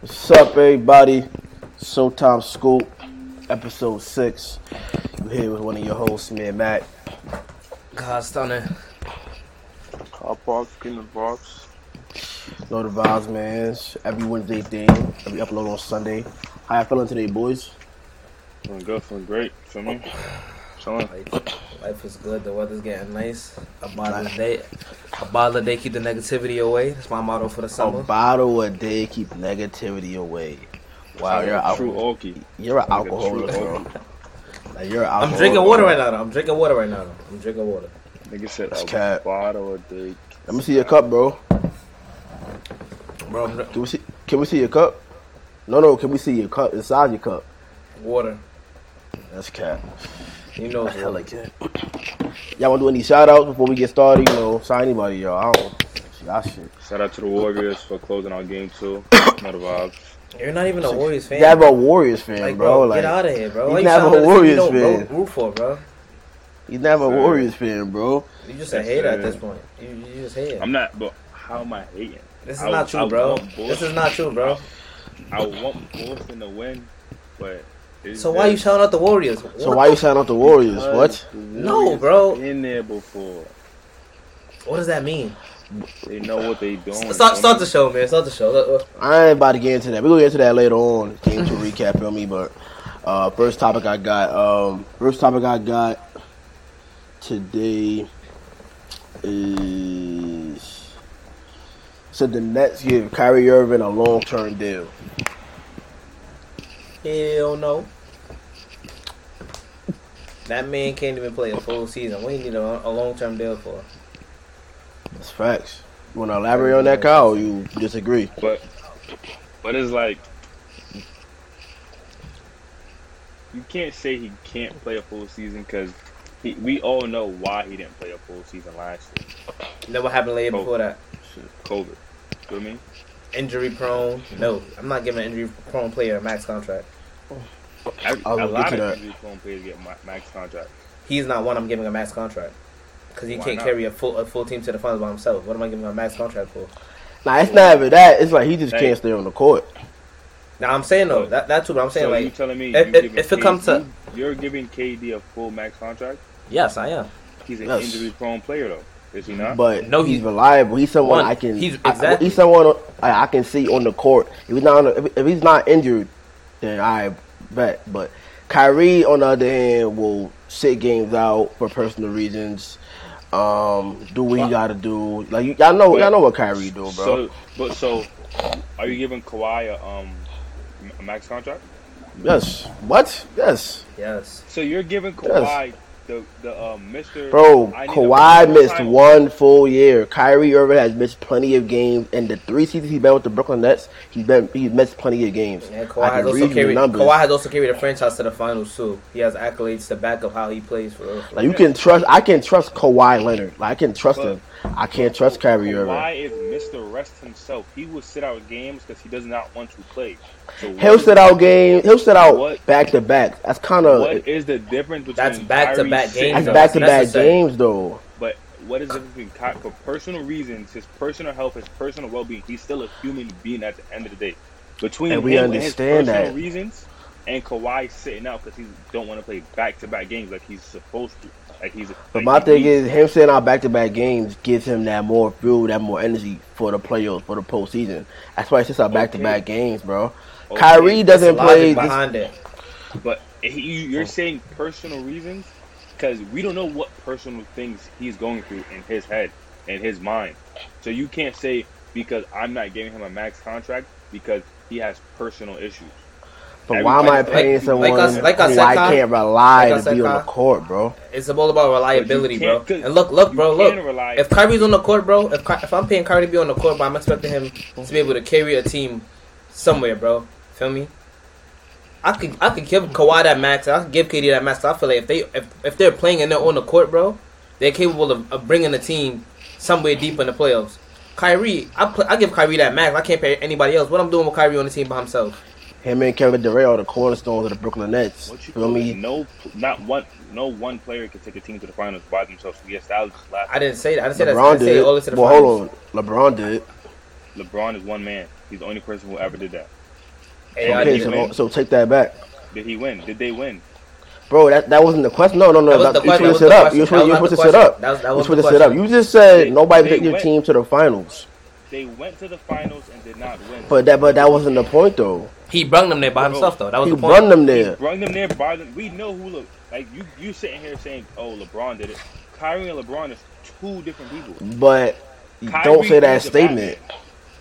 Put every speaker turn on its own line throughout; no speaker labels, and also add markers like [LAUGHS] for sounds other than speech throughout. What's up, everybody? Showtime Scoop, episode six. You here with one of your hosts, man, Matt.
God, stunning.
Car Park in the box.
Know the vibes, man. It's every Wednesday thing that we upload on Sunday. How you feeling today, boys?
Feeling good, feeling great. Feel me? Chilling.
Life, life is good. The weather's getting nice. A bottle a day, a bottle a day keep the negativity away. That's my motto for the
A
summer.
Oh, bottle a day keep negativity away. Wow, you're an
Like a true
alcohol-
Okie.
you're an
Like a true
alcoholic, bro.
Okie.
Like, you're an
I'm
alcoholic.
drinking water right now. Though. I'm drinking water right now. Though. I'm drinking water.
Nigga said
That's
a
cat.
bottle a day.
Let me see your cup, bro.
Bro, I'm drinking
Can we see? Can we see your cup? No, no. Can we see your cup? Inside your cup.
water.
That's cat.
You know it's
I
water.
like that. Y'all want to do any shout outs before we get started? You know, sign anybody, y'all. I don't. Y'all shit. [LAUGHS]
Shout out to the Warriors for closing out game
[COUGHS]
two. Not a vibe.
You're not even a Warriors fan.
Yeah, I'm a Warriors fan,
like,
bro.
bro,
Like,
get out of here, bro.
he's
Why you
not
sound
a
like
Warriors
you don't
fan.
ro- root for, bro.
He's never a
Sir.
Warriors fan, bro.
You just a
Yes,
hater at
sir.
this point. You, you just hate.
I'm not, but how am I hating?
This is
I-
not
I
true, bro.
want Boston-
This is not true, bro.
I want Boston to win, but. it's
So why you
just-
shouting out the Warriors?
So
What
why you shouting out the Warriors?
Because
What?
the
No,
Warriors
bro.
Been there before.
the- What does that mean?
They know what they
Oh,
doing.
Start,
feel
start
me?
the show, man. Start the show. Look, look.
I ain't about to get into that. We're gonna get into that later on. Game to recap on me, but uh, first topic I got. Um, first topic I got today is so the Nets give Kyrie Irving a long term deal.
Hell no. That man can't even play a full season. What do you need a, a long term deal for?
That's facts. You wanna elaborate on that, Kyle? Or you disagree?
But but it's like you can't say he can't play a full season because we all know why he didn't play a full season last year.
Then what happened
Oh.
later before that?
COVID. Feel me?
Injury prone? No, I'm not giving an injury prone player a max contract.
Every,
I'll
a
get
lot
to that.
of injury prone players get ma- max contract.
He's not one I'm giving a max contract because he
Why
can't
not?
carry a full a full team to the finals by himself. What am I giving him a max contract for?
Nah, it's not even that. It's like he just can't stay on the court.
Now I'm saying though
Look.
that that too, but I'm saying
so you
like
telling
if-
me you
if-
giving
if it comes to-
KD you're giving KD a full max contract?
yes, I am.
He's an
Yes.
injury prone player though, is he not?
But
No,
no, he's
he-
reliable. He's someone
One,
I can.
he's-
I-
exactly.
he's someone I, I can see on the court. If he's not, on the, if, if he's not injured, then I bet. But Kyrie, on the other hand, will sit games out for personal reasons. Um, do what he
Well-
got to do. Like you, y'all know, y'all know what Kyrie do, bro.
So but so are you giving Kawhi a um a max contract?
yes. What? Yes.
Yes,
So you're giving Kawhi the the uh, Mr.
Bro,
I need
Kawhi
a full-time
missed
contract.
one full year. Kyrie Irving has missed plenty of games, and the three seasons he's been with the Brooklyn Nets, he's been he's missed plenty of games.
and
I
Kawhi
can
has also
read you the
carried
numbers.
Kawhi has also carried a franchise to the finals too. He has accolades to back up how he plays for. us.
Like you can trust, I can trust Kawhi Leonard. Like I can trust him. I can't trust Kyrie Irving.
Kawhi is Mr. Rest himself. He will sit out games because he does not want to play. So what
He'll
is-
sit out game. He'll sit out
What-
back to back. That's kind of
What is the difference between
That's back-to-back
Kyrie sitting
that's
games, though.
out-
back to back
necessary.
games though.
But what is the difference between Ky- for personal reasons, his personal health, his personal well being? He's still a human being at the end of the day. Between
And we
him
understand
and his personal
that.
reasons and Kawhi sitting out because he don't want to play back to back games like he's supposed to. Like he's.
But
like
my
he
thing
needs-
is him sitting out back to back games gives him that more fuel, that more energy for the playoffs, for the postseason. That's why he sits out back to back games, bro.
Okay.
Kyrie
That's the
doesn't play.
logic behind it.
But he, you- you're saying personal reasons because we don't know what personal things he's going through in his head and his mind. So you can't say because I'm not giving him a max contract because he has personal issues.
But why am I
Everybody-
paying
like-
someone
like I- like I
who
said,
I
Kai-
can't rely
like I
to
said,
be on the
Kai-
court, bro?
It's all about reliability,
But you
bro.
can't- 'cause
And look, look,
you
bro,
can
look.
rely-
If Kyrie's on the court, bro, if, Ky- if I'm paying Kyrie to be on the court, but I'm expecting him to be able to carry a team somewhere, bro. Feel me? I could I could give Kawhi that max. I could give KD that max. I feel like if they if, if they're playing and they're on the court, bro, they're capable of, of bringing the team somewhere deep in the playoffs. Kyrie, I pl- I give Kyrie that max. I can't pay anybody else. What I'm doing with Kyrie on the team by himself?
Him and Kevin Durant are the cornerstones of the Brooklyn Nets.
What you
Feel me?
No, not one. No one player can take a team to the finals by themselves. We established last.
I didn't say that. I didn't say that. I
LeBron
didn't say
did.
all this to the
well,
finals.
hold on. LeBron did.
LeBron is one man. He's the only person who ever did that.
AI
okay,
did
so,
win.
so take that back,
Did he win? Did they win?
bro. That that wasn't the question. No, no, no.
That was
that-
the
you
question,
switched
that
it up.
was the
You
question,
switched you
that was
switched
the
it up.
question. That was- that
You
was the
switched it up.
question.
You just said
They-
nobody
they
picked your
went.
team to the finals,
They went to the finals and did not win.
but that but that wasn't the point though.
He brung them there by himself though. That was
He
the point.
run them there.
Bring them there by them. We know who look like you. You sitting here saying, "Oh, LeBron did it." Kyrie and LeBron is two different people.
But you
Kyrie
don't say that
is the Batman.
statement.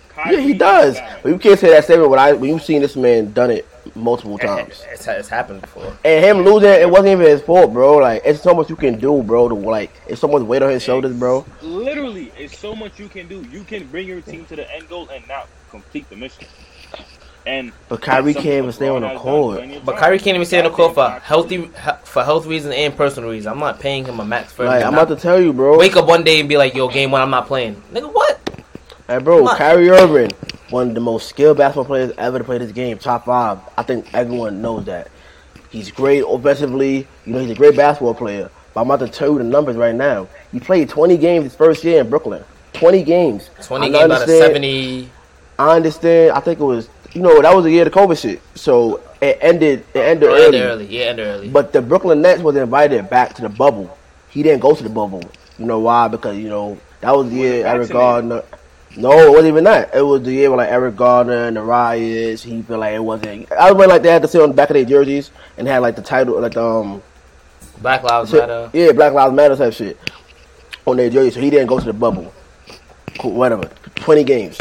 Kyrie
Yeah, he
is the
does.
Batman.
But you can't say that statement when I when you've seen this man done it multiple times.
It's, it's happened before.
And him losing, it wasn't even his fault, bro. Like it's so much you can do, bro. To like it's so much weight on his shoulders, bro.
Literally, it's so much you can do. You can bring your team to the end goal and not complete the mission. And
But Kyrie
that's
can't even
something
stay on
LeBron
the
has
court.
done plenty of
But
times.
Kyrie can't even stay on the court for
Goddamn
healthy he- for health reasons and personal reasons. I'm not paying him a max for
Like
him
I'm
not-
about to tell you, bro.
wake up one day and be like, "Yo, game one, I'm not playing." Nigga, what?
Hey, bro,
Come on.
Kyrie Irving, one of the most skilled basketball players ever to play this game, top five. I think everyone knows that. He's great offensively. You know, he's a great basketball player. But I'm about to tell you the numbers right now. He played 20 games his first year in Brooklyn. 20 games.
Twenty
I
games out of
understand-
seventy.
I understand. I think it was, you know, that was the year of the COVID shit. So it ended, it ended
Or
early.
end early, yeah, end early.
But the Brooklyn Nets was invited back to the bubble. He didn't go to the bubble. You know why? Because you know that was the
Was it
year Eric
vaccinated?
Gardner. No, it wasn't even that. It was the year where like Eric Gardner and the riots. He felt like it wasn't. I was like they had to sit on the back of their jerseys and had like the title, like the um,
Black Lives
so-
Matter.
Yeah, Black Lives Matter type shit on their jersey. So he didn't go to the bubble. Cool, whatever. Twenty games.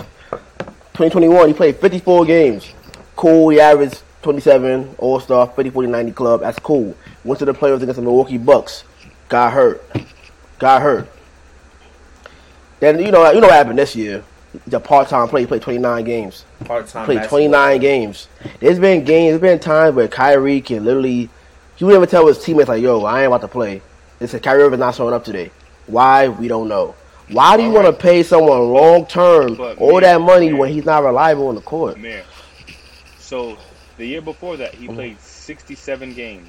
Twenty twenty one, he played fifty four games. Cool, he averaged twenty seven, all star, 50, 40, 90 club. That's cool. Went to the playoffs against the Milwaukee Bucks. Got hurt. Got hurt. Then you know you know what happened this year. The part time play, he played twenty nine games
Part time.
played 29 games. There's been games, there's been times where Kyrie can literally, he would never tell his teammates, like, yo, I ain't about to play. They said, Kyrie Irving's not showing up today. Why? We don't know. Why do you want to pay someone long term
But
all
man,
that money
man.
when he's not reliable on the court?
Mayor. So the year before that, he played 67 games.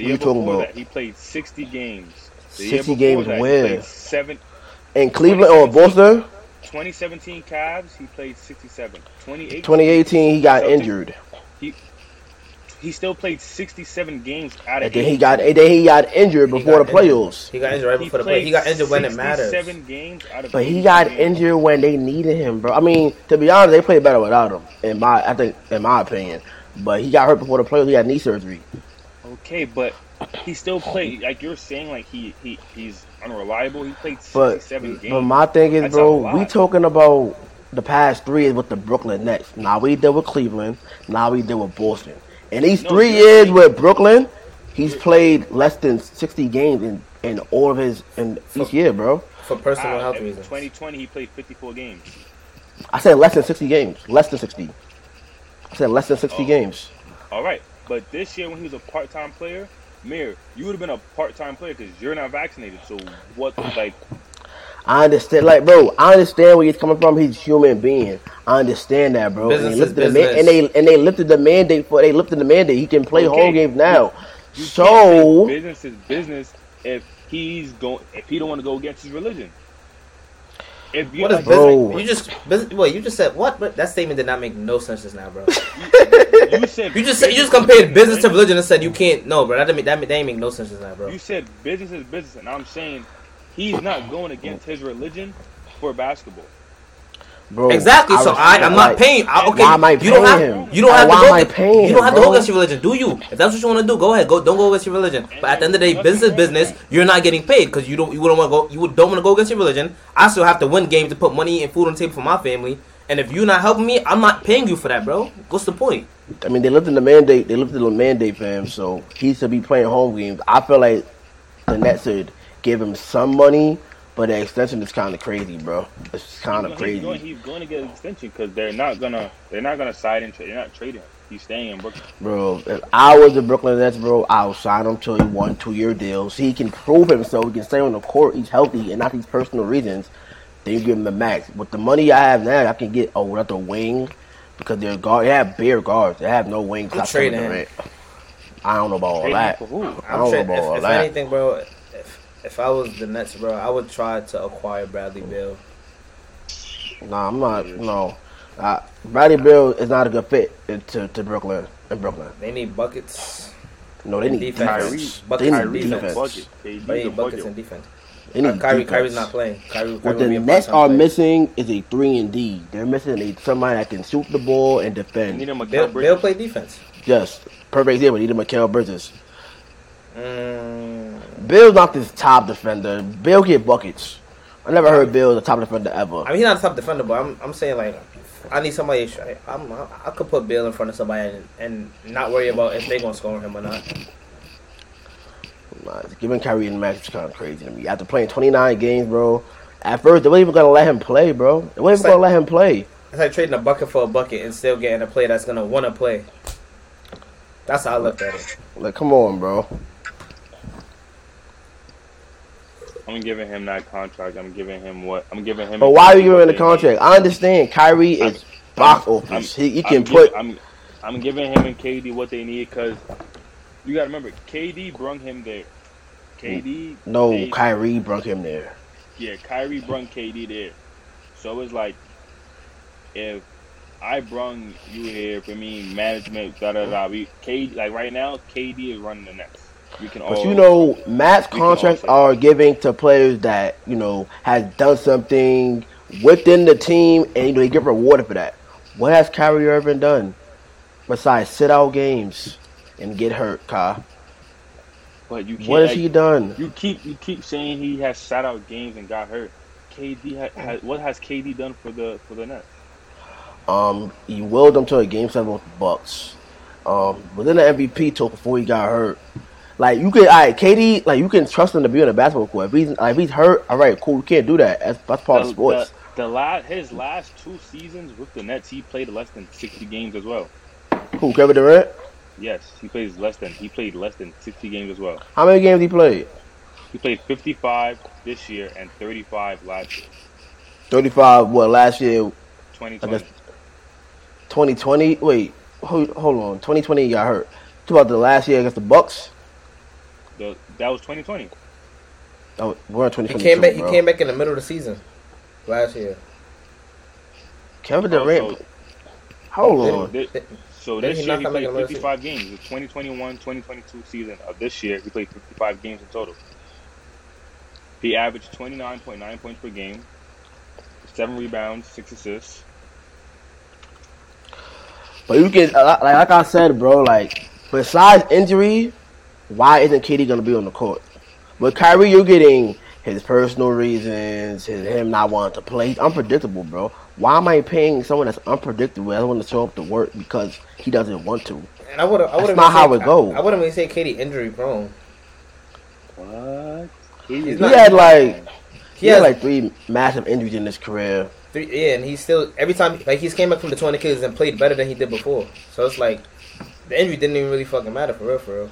Mm-hmm. What
year
you talking
before
about?
that, he played 60 games. The
60
before
games
that, he
where?
played Seven,
In Cleveland or
2017.
Boston,
2017 Cavs, he played 67. 2018,
2018, he got
Celtics.
injured.
he still played 67 games out of
And then he
80.
got, and then he got injured before the playoffs.
He got injured right before the play. He got injured when it matters.
Seven games out of
But he
82
got
games.
injured when they needed him, bro. I mean, to be honest, they played better without him. In my, I think, in my opinion. But he got hurt before the playoffs. He had knee surgery.
Okay, but he still played. Like you're saying, like he, he he's unreliable. He played
But
67 games.
but my thing is,
That's a
bro,
lot.
we talking about the past three is with the Brooklyn Nets. Now we deal with Cleveland. Now we deal with Boston. In these
No,
three
you're-
years with Brooklyn, he's played less than sixty games in, in all of his in each year, bro.
For personal
Ah,
health
in
reasons.
2020, he played 54 games.
I said less than sixty games. Less than sixty. I said less than sixty
Oh.
games.
All right, but this year when he was a part-time player, Mayor, you would have been a part-time player because you're not vaccinated. So
[SIGHS]
what? Like,
I understand, like, bro. I understand where he's coming from. He's a human being. I understand that, bro.
Business
and,
is
they lifted the
business.
man- and they and they lifted the mandate for they lifted the mandate. He can play
Okay.
home games now.
you
so
can't say business is business if he's going if he don't want to go against his religion. If you
What is
like,
Bro.
business? You just business, wait. You just said what? But that statement did not make no sense just now, bro. [LAUGHS]
you said
You just said you just compared business to religion and said you can't. No, bro. That didn't make, that, that ain't make no sense just now, bro.
You said business is business, and I'm saying he's not going against his religion for basketball.
Bro,
Exactly. so Oh, I,
respect,
I'm not
like,
paying. I, okay,
why am I
you don't have.
paying him?
You don't
Like,
have
why
to
am
go.
I
against-
paying
you
him,
don't have to go
bro?
against your religion, do you? If that's what you want to do, go ahead. Go. Don't go against your religion. But at the end of the day, business is business. You're not getting paid because you don't. You wouldn't want to go. You don't want to go against your religion. I still have to win games to put money and food on the table for my family. And if you're not helping me, I'm not paying you for that, bro. What's the point?
I mean, they lifted the mandate. They lifted the mandate for him, so he should be playing home games. I feel like the Nets should give him some money, but the extension is kind of crazy, bro. It's kind
No,
of
He's going,
crazy,
he's going to get an extension because they're not gonna they're not gonna side and trade. They're not trading. him. He's staying in Brooklyn.
bro. If I was the Brooklyn Nets, bro, I would sign him to a one, two-year deal so he can prove himself. He can stay on the court. He's healthy, and not these personal reasons. Then you give him the max. With the money I have now, I can get oh, another wing because they're guard. They have bare guards. They have no wings.
I'm
outside of
trading him.
Durant. I don't know about all
Trading
that.
for
I
who?
don't know
sure-
about all
if, if
that.
anything, bro, if, if I was the Nets, bro, I would try to acquire Bradley Bill.
Nah, I'm not. No, Uh, Bradley Bill is not a good fit into to Brooklyn in Brooklyn.
They need buckets.
No, they
And
need
defense.
defense.
Kyrie-
They need
Kyrie's a
defense.
bucket. KD's
They
a
need buckets
bucket.
and defense.
They need
Uh, Kyrie,
defense.
Kyrie's not playing. Kyrie, Kyrie
What
will be
the
a
Nets
part-time
are
player.
missing is a three and D. They're missing a somebody that can shoot the ball and
You need
defend.
a Mikal
They'll,
Bridges.
they'll play defense.
Yes, perfect example. They Need a Mikael Bridges.
Mm,
Bill's not this top defender. Bill get buckets. I never heard Bill the top defender ever.
I mean, he's not a top defender, but I'm, I'm saying like, I need somebody. I, I'm, I, I could put Bill in front of somebody and, and not worry about if they gonna score on him or not.
Nah, giving Kyrie and Max is kind of crazy to me. After playing 29 games, bro, at first they weren't even gonna let him play, bro. They weren't
It's
even gonna
like-
let him play.
It's like trading a bucket for a bucket and still getting a player that's gonna want to play. That's how I looked at it.
Like, come on, bro.
I'm giving him that contract. I'm giving him what? I'm giving him.
But why are you giving him the
exactly what they need.
contract? I understand Kyrie is box
I'm-
office. He, he
I'm
can
gi-
put.
I'm, I'm giving him and KD what they need because you got to remember, KD brung him there. KD.
No,
they-
Kyrie brought him there.
Yeah, Kyrie brung KD there. So it's like, if I brung you here for me, management, da da da. We KD like right now, KD is running the Nets. We can
But
all.
you know, max
we Oh, can all
contracts
say-
are giving to players that you know has done something within the team, and you know they get rewarded for that. What has Kyrie Irving done besides sit out games and get hurt, Kai?
but you can't,
What has
like,
he done?
You keep you keep saying he has sat out games and got hurt. KD ha,
Mm.
ha, what has KD done for the for the Nets?
Um, he willed them to a game seven with the Bucks. Um, within the MVP talk before he got hurt. Like you can, all right, KD. Like you can trust him to be on the basketball court. If he's like, if he's hurt, all right, cool. You can't do that. That's, that's part
the,
of sports.
The, the la- his last two seasons with the Nets, he played less than sixty games as well.
Who Kevin Durant?
Yes, he plays less than he played less than sixty games as well.
How many games he played?
He played fifty five this year and thirty five last year.
Thirty-five. What last year?
Twenty
I guess twenty
twenty.
twenty. Wait, hold, hold on. Twenty twenty, he got hurt. Talk about the last year against the Bucks.
That was twenty twenty.
Oh, we're in twenty
He
twenty
came back. He
two,
came
bro.
back in the middle of the season last year.
Kevin Durant.
Oh,
So,
Hold on.
thi- thi- so
Did
this
he
year
knock
he
out like
played
a little
55 games. The 2021-2022 season of this year, he played 55 games in total. He averaged 29.9 points per game, seven rebounds, six assists.
But you can, like, like I said, bro. Like besides injury, why isn't KD gonna be on the court? But Kyrie, you're getting his personal reasons, his him not wanting to play. He's unpredictable, bro. Why am I paying someone that's unpredictable? I don't want to show up to work because he doesn't want to.
And I would. I would.
not how it go.
I, wouldn't even say Katie injury prone.
What?
He's
He
not-
had like he
Yeah.
had like three massive injuries in his career.
Three, yeah, and he's still every time like he's came back from the torn Achilles and played better than he did before. So it's like the injury didn't even really fucking matter for real, for real.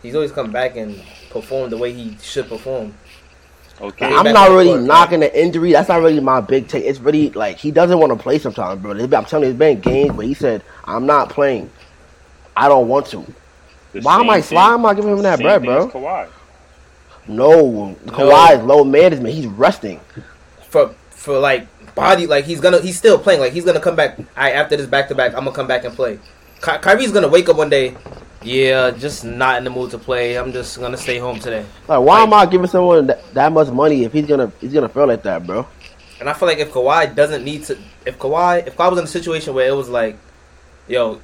He's always come back and performed the way he should perform.
okay.
Came back
I'm
on
not
the
really
court,
knocking the injury. That's not really my big take. It's really like he doesn't want to play sometimes, bro. There's been- I'm telling you, there's been games where he said, "I'm not playing. I don't want to."
The
Why am
same
I?
thing-
Why am I giving him that
same
bread,
thing as
bro?
Kawhi.
No, Kawhi is low management. He's resting.
For for like body, like he's gonna he's still playing. Like he's gonna come back. I after this back to back, I'm gonna come back and play. Ky- Kyrie's gonna wake up one day. Yeah, just not in the mood to play. I'm just gonna stay home today.
Like, why am I giving someone that, that much money if he's gonna he's gonna fail like that, bro?
And I feel like if Kawhi doesn't need to, if Kawhi, if Kawhi was in a situation where it was like, yo,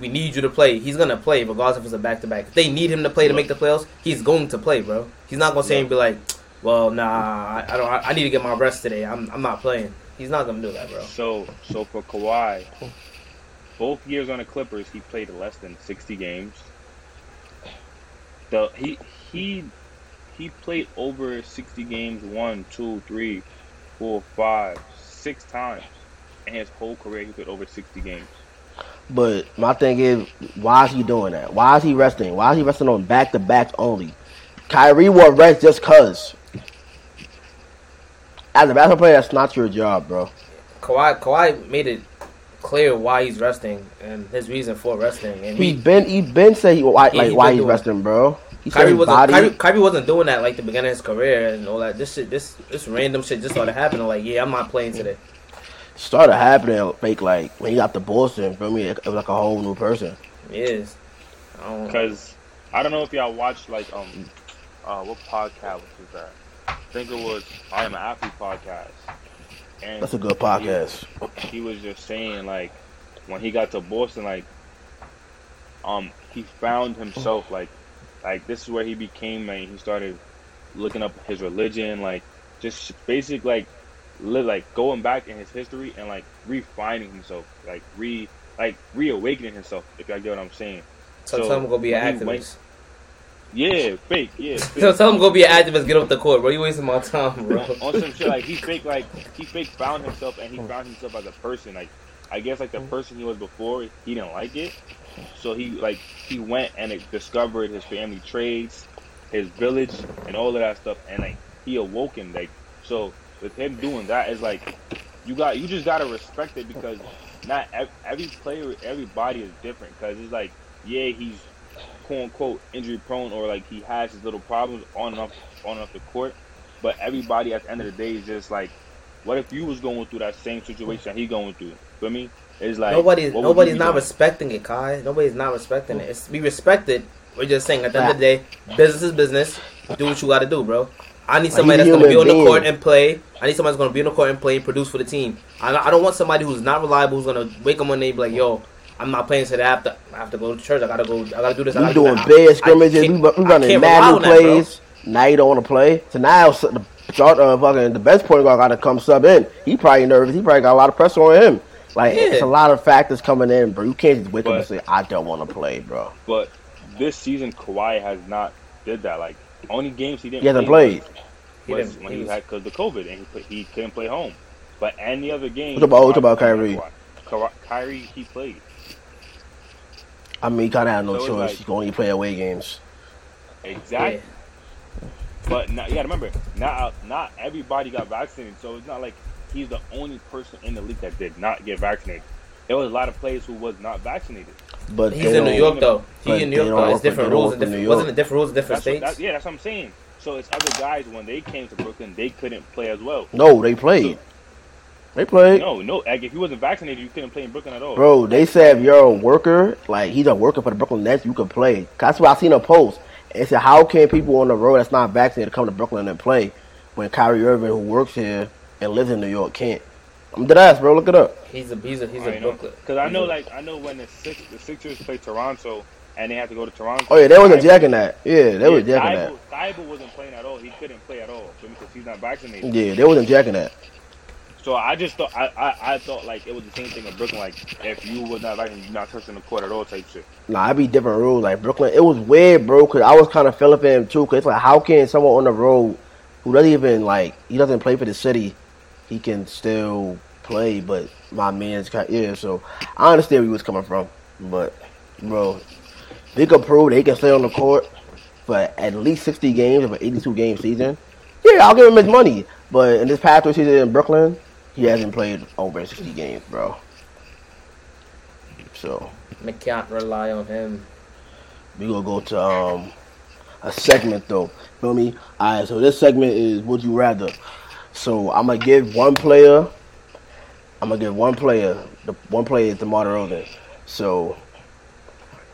we need you to play, he's gonna play regardless if it's a back to back. If they need him to play to make the playoffs, he's going to play, bro. He's not gonna say and be like, well, nah, I- I don't, I, I need to get my rest today. I'm, I'm not playing. He's not gonna do that, bro.
So, so for Kawhi, both years on the Clippers, he played less than sixty games. The he he he played over sixty games one, two, three, four, five, six times. In his whole career, he played over sixty games.
But my thing is, why is he doing that? Why is he resting? Why is he resting on back to back only? Kyrie will rest just cause. As a basketball player, that's not your job, bro.
Kawhi, Kawhi made it clear why he's resting and his reason for resting. And
He
he,
been he been say he, why,
Yeah,
like
he
why
been
he's
doing it.
resting, bro. He said
Kyrie
his
wasn't,
body.
Kyrie, Kyrie wasn't doing that like the beginning of his career and all that. This shit, this, this random shit just started happening. Like, yeah, I'm not playing today.
started happening like like when he got to Boston. Feel me? It, it was like a whole new person.
Yes. I don't know.
Because I don't know if y'all watched like um uh what podcast was that? I think it was I Am an Athlete podcast. And
That's a good podcast.
he was just saying like when he got to Boston, like um he found himself like like this is where he became like he started looking up his religion, like just basic like li- like going back in his history and like refining himself, like re like reawakening himself, if y'all get what I'm saying.
So,
so
tell him go be an
when he
activist.
Yeah, fake,
[LAUGHS]
yeah, fake.
So [LAUGHS] tell him go be an activist. Get off the court, bro. You wasting my time, [LAUGHS] bro.
on, on some shit like he fake like he fake found himself and he found himself as a person like I guess like the person he was before he didn't like it so he like he went and like, discovered his family trades his village and all of that stuff and like he awoken like so with him doing that is like you got you just gotta respect it because not ev- every player everybody is different because it's like yeah he's quote unquote injury prone or like he has his little problems on and off on and off the court but everybody at the end of the day is just like, what if you was going through that same situation he going through? Feel me? It's like
nobody's
what would you
nobody's
be
not
doing?
respecting it, Kai. Nobody's not respecting it. It's, we respect it. We're just saying at the end of the day, business is business. Do what you got to do, bro. I need somebody that's
you
gonna be on
human
the court
being.
and play. I need somebody that's gonna be on the court and play and produce for the team. I, I don't want somebody who's not reliable who's gonna wake up one day and be like, "Yo, I'm not playing today. I have to I have to go to church. I gotta go. I gotta do this. I
We
gotta
doing
do that." I- I
bad scrimmages. We,
can't-
we
I
running
can't
mad
rely
new
on that, bro.
plays. Now you don't want to play. So now so the start uh, fucking the best point guard got to come sub in. He probably nervous. He probably got a lot of pressure on him. Like
Yeah.
it's a lot of factors coming in, bro. You can't just wake up and
But-
say I don't want to play, bro.
But this season, Kawhi has not did that. Like only games he didn't.
He hasn't
play
played.
He
was
didn't-
when
he
he
was-
had because the COVID and he, put, he couldn't play home. But any other game.
What about- what about Kyrie?
Kawhi- Kawhi- Kyrie, he played.
I mean, he kind of had no
So it's
choice.
like-
He's going to play away games.
Exactly. But now, yeah, remember, not not everybody got vaccinated, so it's not like he's the only person in the league that did not get vaccinated. There was a lot of players who was not vaccinated.
But
He's
they
in
don't-
New York though.
but
He in
they
New York
don't
though.
work
It's
with-
different
they don't
rules
work
in
with
different.
New
Wasn't
York.
it different rules in different
That's what,
states?
that, yeah, that's what I'm saying. So it's other guys when they came to Brooklyn, they couldn't play as well.
No, they played. They played.
No, no, like if you wasn't vaccinated, you couldn't play in Brooklyn at all.
Bro, they said if you're a worker, like he's a worker for the Brooklyn Nets, you can play. 'Cause That's what I seen a post. It said, how can people on the road that's not vaccinated come to Brooklyn and play when Kyrie Irving, who works here and lives in New York, can't? I'm dead ass, bro. Look it up.
He's a he's a he's a Brooklyn. Mm-hmm.
because I
He's
know,
a-
like I know when the six the Sixers played Toronto and they had to go to Toronto.
Oh yeah, they wasn't
Thibault-
jacking that. Yeah, they was
yeah,
jacking that.
Thibault- Thibault wasn't playing at all. He couldn't play at all because he's not vaccinated.
Yeah, they wasn't jacking that.
So I just thought I, I, I thought like it was the same thing in Brooklyn. Like if you was not like you not touching the court at all type shit.
Nah, I be different rules. Like Brooklyn, it was weird, bro. Cause I was kind of feeling for him too. Cause it's like, how can someone on the road who doesn't even like he doesn't play for the city, he can still play? But my man's kind yeah. So I understand where he was coming from, but bro, they can prove they can stay on the court for at least sixty games of an eighty-two game season. Yeah, I'll give him his money. But in this past three season in Brooklyn, he hasn't played over sixty games, bro. So.
We can't rely on him.
We gonna go to um a segment though. Feel me? Alright, so this segment is Would You Rather. So I'm gonna give one player I'm gonna give one player the one player is DeMar DeRozan. So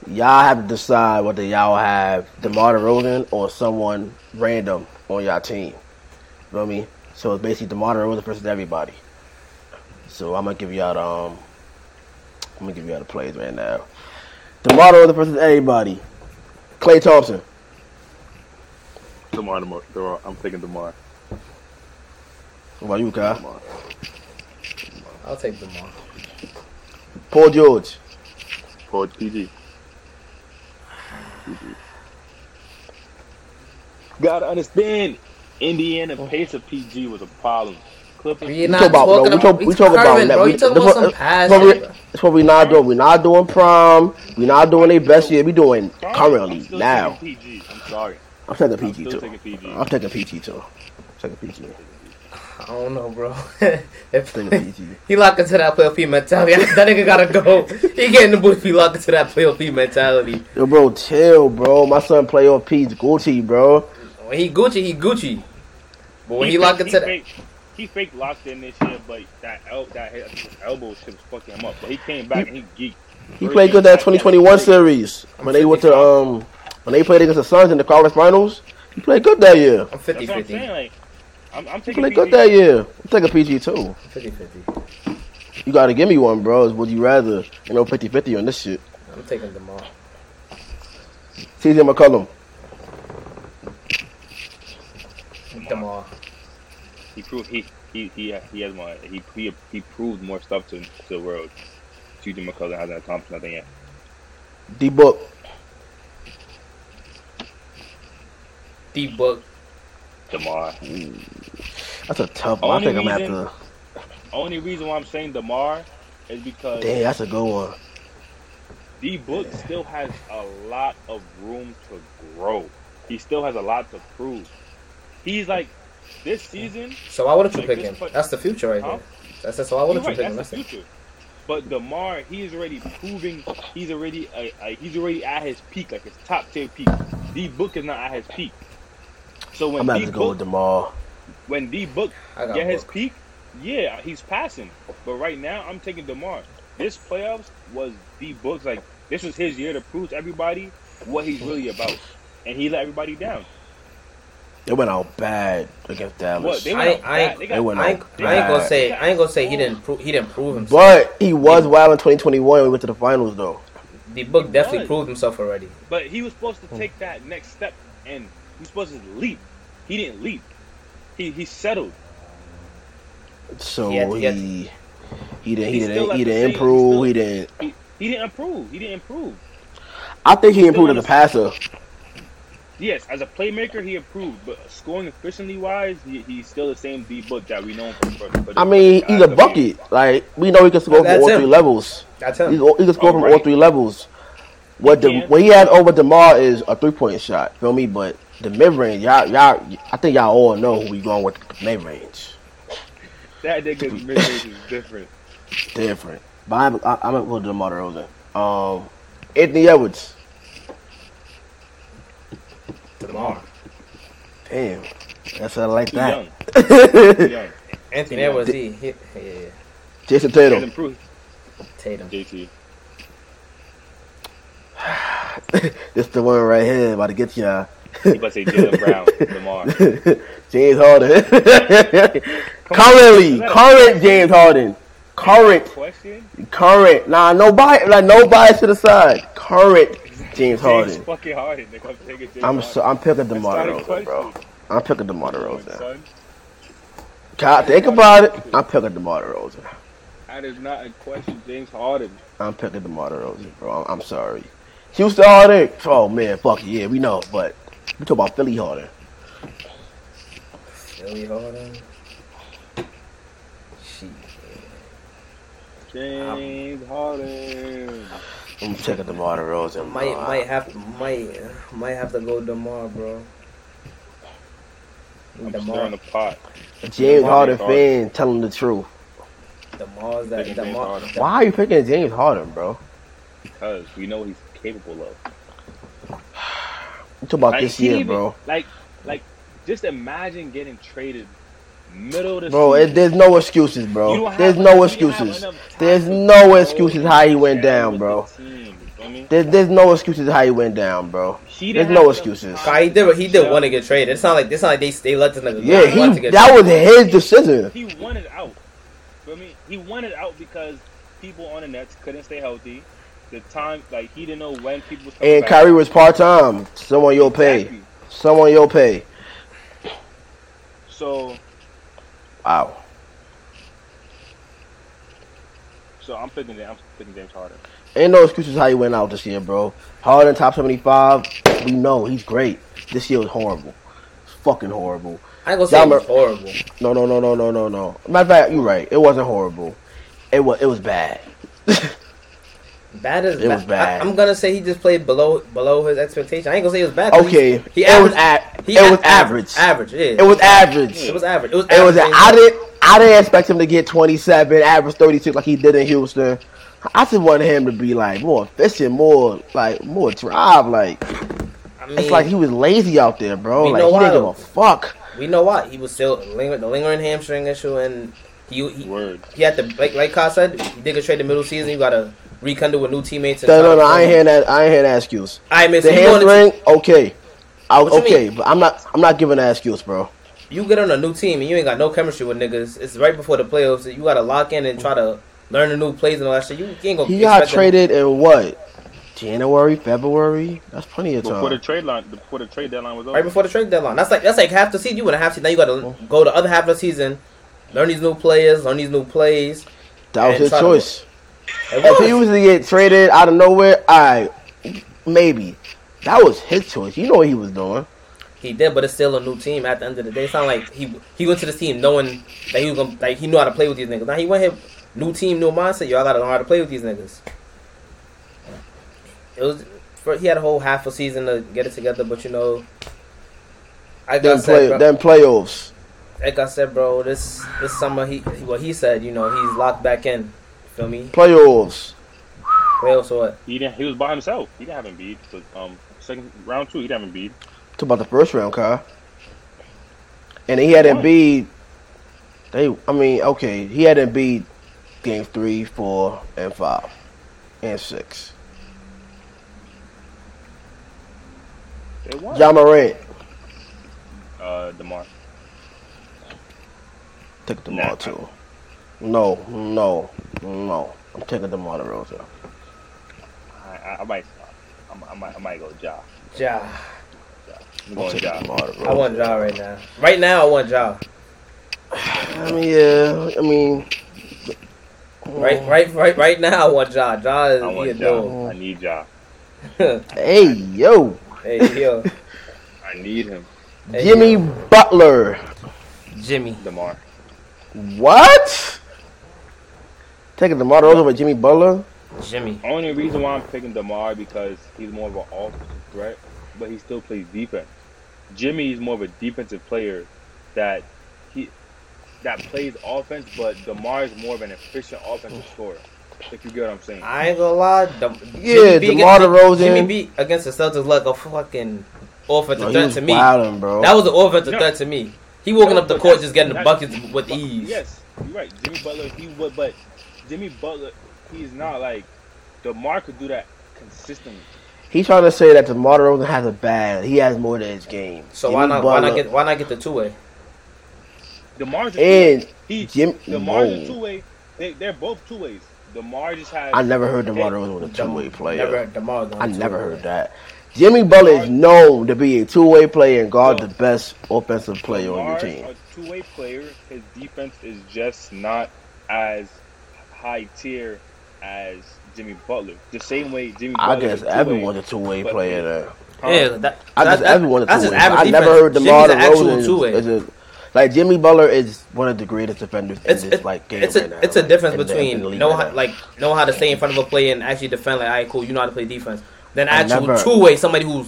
y'all have to decide whether y'all have DeMar DeRozan or someone random on y'all team. Feel me? So it's basically DeMar DeRozan versus everybody. So I'm gonna give y'all the um I'm gonna give y'all the plays right now. DeMar DeRozan versus everybody. Clay Thompson.
Demar, Demar, Demar I'm taking Demar.
What about you, Kyle?
Demar.
I'll take Demar.
Paul George.
Paul PG. Gotta understand, Indiana pace of PG was a problem. Clippers.
We
We
not
talk about
talking
no, we talk,
about
we talk about
current,
that.
bro.
We,
You talking
that's
about
what-
some
That's
past?
what,
bro.
we, that's what we not doing. We're not doing prom. We're not doing their best year. We're doing
Sorry, I'm
currently
still
now.
taking PG. I'm sorry.
I'm taking
I'm
PG
still taking
too.
PG.
I'm taking PG too. I'm taking
[LAUGHS]
PG.
I don't know, bro. [LAUGHS]
I'm
if
taking PG.
he locked into that playoff P mentality, [LAUGHS] that nigga gotta go. He getting the booth. He locked into that playoff P mentality.
Yo, bro, chill, bro. My son play on P's Gucci, bro.
When he Gucci, he Gucci. But when he, locked
fake-
into that,
fake- he faked locked in this year, but that el- that his elbow shit was fucking him up. But he came back and he geeked.
He played good that 2021 series when they went to um when they played against the Suns in the college finals. He played good that year.
I'm
That's
50
what I'm
50.
saying. Like, I'm, I'm
He
taking
played good
PG.
that year. I'll Take a PG too.
50 50.
You got to give me one, bros. Would you rather? You know, 50-50 on this shit.
I'm taking them all.
CJ McCollum.
Them all.
He proved he he he, he has more. He, he he proved more stuff to, to the world. T.J. McCollum hasn't accomplished nothing yet.
D book.
Deep book.
Demar.
That's a tough one. I
Only
think I'm
reason-
after.
Only reason why I'm saying Demar is because
Damn, that's a good one.
D Book still has a lot of room to grow. He still has a lot to prove. He's like this season.
So why wouldn't you
Like
pick
this
him?
foot-
That's the future right
Huh?
there. That's, that's why why
You're
wouldn't you
right,
pick him?
that's the
That's it.
future. But Demar, he's already proving. He's already uh, uh, he's already at his peak, like his top tier peak. D Book is not at his peak. So
I'm
when
about
D
to go
Book
with Demar.
when D Book
I got
get his
Book.
peak, yeah, he's passing. But right now, I'm taking Demar. This playoffs was D Book's like this was his year to prove to everybody what he's really about, and he let everybody down.
They went out bad against
What
Dallas,
they
I
went out
ain't- I ain't-
bad. They
They
got
went
I ain't, I ain't gonna say I ain't gonna say he didn't prove he didn't prove himself.
but he was wild in 2021. when We went to the finals though.
The book definitely
was.
proved himself already.
But he was supposed
Hmm.
to take that next step, and he was supposed to leap. He didn't leap. He he settled.
So
He had-
he
he
he,
had-
didn't he didn't he
He's still
didn't,
at the same- he's
improve.
still-
he didn't.
He, he didn't improve. He didn't improve.
I think he
he's
improved
still
as a
at
passer.
Yes, as a playmaker, he improved, but scoring efficiently wise, he, he's still the same D book that we know him from. for the-
I mean,
for the
he's
guys.
a bucket. Like we know he can score from
That's
all
him.
three levels.
That's
He's,
him.
all- he can score
Oh,
from all
right.
three levels. What
He
the
can.
what he had over Demar is a three point shot. Feel me? But the mid range, y'all, y'all, I think y'all all know who we going with the mid range.
That nigga's mid-range is different.
Different. But I'm I, I'm gonna go to Demar Derozan. Um, Anthony Edwards.
Demar.
Damn, that's I like
Too
that.
young. Too young.
Anthony
Yeah.
Edwards, he, he yeah,
[LAUGHS] Jason
He's
Tatum.
improved.
Tatum.
JT.
[LAUGHS] This the one right here about to get y'all.
You about
[LAUGHS]
to say Jalen Brown, Lamar.
James Harden.
[LAUGHS]
Currently, current James Harden. Current,
Question?
current. Nah, nobody, like nobody to the side. Current James
James
Harden.
fucking Harden. nigga. I'm taking James
I'm
Harden.
so, I'm picking
That's
DeMar
not a
DeRozan, bro.
question.
I'm picking DeMar
Come on,
DeRozan.
son.
God, think about it. I'm picking DeMar DeRozan.
That is not a question, James Harden.
I'm picking DeMar DeRozan, bro. I'm, I'm sorry. Houston Harden. Oh man, fuck it. yeah, we know. But we talk about Philly Harden.
Philly Harden. Shit.
James Harden.
I'm picking DeMar DeRozan.
Might
bro.
might have to might might have to go Demar, bro.
I'm
Demar,
stirring the pot.
James Harden
Harden.
fan, tell him the truth.
Demar's that
Taking James
Demar.
Harden.
Why are you picking James Harden, bro?
Because we know he's capable of.
You talk about
Like,
this
he
year,
even-
bro.
Like, like, just imagine getting traded middle of the
Bro, it,
season.
there's no excuses,
You
bro.
don't
There's
have-
no
you don't have
excuses.
enough time
There's
to
no
grow
excuses how he went
and
down,
with
bro.
the team, you feel me?
There's, there's no excuses how he went down, bro.
He
There's
didn't
no
have enough
excuses.
time
Nah, he did he did
Yeah.
want to get traded. It's not like it's not like they they let this nigga. go.
Yeah,
He wanted to
he
get
that
traded.
was his decision.
He wanted out. Feel me? He wanted out because people on the Nets couldn't stay healthy. The time, like, he didn't know when people was coming
And
back.
Kyrie was part time. Someone you'll pay.
Exactly.
Someone you'll pay.
So,
Wow.
so I'm picking. I'm picking James Harden.
Ain't no excuses how he went out this year, bro. Harden top seventy five. We know he's great. This year was horrible. Fucking horrible.
I ain't gonna say it
Y'all
was horrible.
No, no, no, no, no, no, no. Matter of fact, you're right. It wasn't horrible. It was. It was bad.
Bad as
It was bad.
I, am gonna say he just played below below his expectation. I ain't gonna say it was bad. 'cause
Okay.
he, he
it was.
averaged.
A-
he
it
a-
was average.
Average. Yeah.
It was average.
It was average. It was.
It was.
average.
I didn't. I didn't expect him to get 27, average 36 like he did in Houston. I just wanted him to be like more efficient, more like more drive. Like
I mean,
it's like he was lazy out there, bro.
We
like
know
he didn't give
why.
a fuck.
We know why he was still linger, the lingering hamstring issue, and he he,
Word.
he had to like like Kyle said he did get traded middle season. You got to rekindle with new teammates. And
No, no, no. I ain't hearing that. I ain't hearing that excuse.
All right, man. So
The
you, going
hamstring, okay, I,
What you
okay,
mean?
but I'm not. I'm not giving that excuse, bro.
to, you get on a new team and you ain't got no chemistry with niggas. It's right before the playoffs. You got to lock in and try to learn the new plays and all that shit. You, you ain't gonna.
He got
expect them-
traded in what? January, February. That's plenty of
Before the
time.
trade line, before the trade deadline was over.
right before the trade deadline. That's like that's like half the season. You win a half season. Now you got to go the other half of the season, learn these new players, learn these new plays.
That was
and
his
try to-
choice. If
It was-
he was to get traded out of nowhere, I maybe that was his choice. You know what he was doing.
He did, but it's still a new team. At the end of the day, it's not like he he went to this team knowing that he was gonna like he knew how to play with these niggas. Now he went here, new team, new mindset. Y'all gotta learn how to play with these niggas. It was for, he had a whole half a season to get it together, but you know, I
Then
got
play,
said, bro,
then playoffs.
like I said, bro, this this summer he what he said, you know, he's locked back in. Feel me?
Playoffs.
Playoffs or what?
He didn't. He was by himself. He didn't have Embiid. But um, second round two, he didn't have Embiid.
Talk about the first round, Kyle. And he had
Why?
Embiid. They, I mean, okay, he had Embiid game three, four, and five, and six.
They won.
John Morant
Uh, Demar.
took them
Nah.
all too. No, no, no. I'm taking them all to Rosa.
I, I, I might. I, might- I might. I might go Ja.
Ja,
I'm
I'm
going
taking
Ja.
DeMar DeRozan.
I want Ja right now. Right now, I want Ja.
I mean, yeah. I mean, Mm.
Right, right, right, right now, I want Ja. Ja is
I
he a
want
dog.
Ja. I need Ja.
Hey, yo,
[LAUGHS] hey, yo,
[LAUGHS]
I need him.
Hey,
Jimmy
yo.
Butler.
Jimmy.
Demar.
What? Taking the model over Jimmy Butler?
Jimmy.
Only reason why I'm picking Demar because he's more of an offensive threat, but he still plays defense. Jimmy is more of a defensive player that he that plays offense, but Demar is more of an efficient offensive scorer. If you get what I'm saying,
I ain't gonna lie. The,
Yeah,
Jimmy B
DeMar
against-
DeRozan.
Jimmy B against the Celtics like a fucking offensive
Yo, Oh, he
threat
was
to me.
wilding, bro.
That was an offensive
No.
threat to me. He walking
No,
up the
but
court
that's-
just getting the
that's-
buckets with
but-
ease.
Yes, you're right. Jimmy Butler, he would, but Jimmy Butler, he's not like Demar could do that consistently.
He's trying to say that the model has a bad. He has more than his game.
So
Jimmy
why not? Why not
Butler
get? Why not get the two way?
Demar's a
And
two-way. he
Jim-
Demar's a
no.
two way. They, they're both two ways. Demar just has.
I never heard
Hey,
DeMar DeRozan was a two-way player.
Never, DeMar's not
I
a two-way
never
player.
heard that. Jimmy Butler is known to be a two-way player and guard
Yo.
the best offensive player on your
Lamar's
team.
A two-way player. His defense is just not as high tier as Jimmy Butler. The same way Jimmy.
I
Butler's
guess
a two-way,
everyone's a two-way
but-
player there.
Huh?
Yeah, that,
I
that,
just
that,
everyone's a
that's
two-way.
his
player.
average
I never
defense.
heard DeMar
Jimmy's an actual
DeRozan
two-way.
is a, like Jimmy Butler is one of the greatest defenders
it's
in this
it-
like game
it's a
right now,
it's a
like,
difference
in the-
between
in the league
know
right
how
now.
like know how to stay in front of a player and actually defend like, all right, cool, you know how to play defense. Then
I
actual
never-
two way somebody who's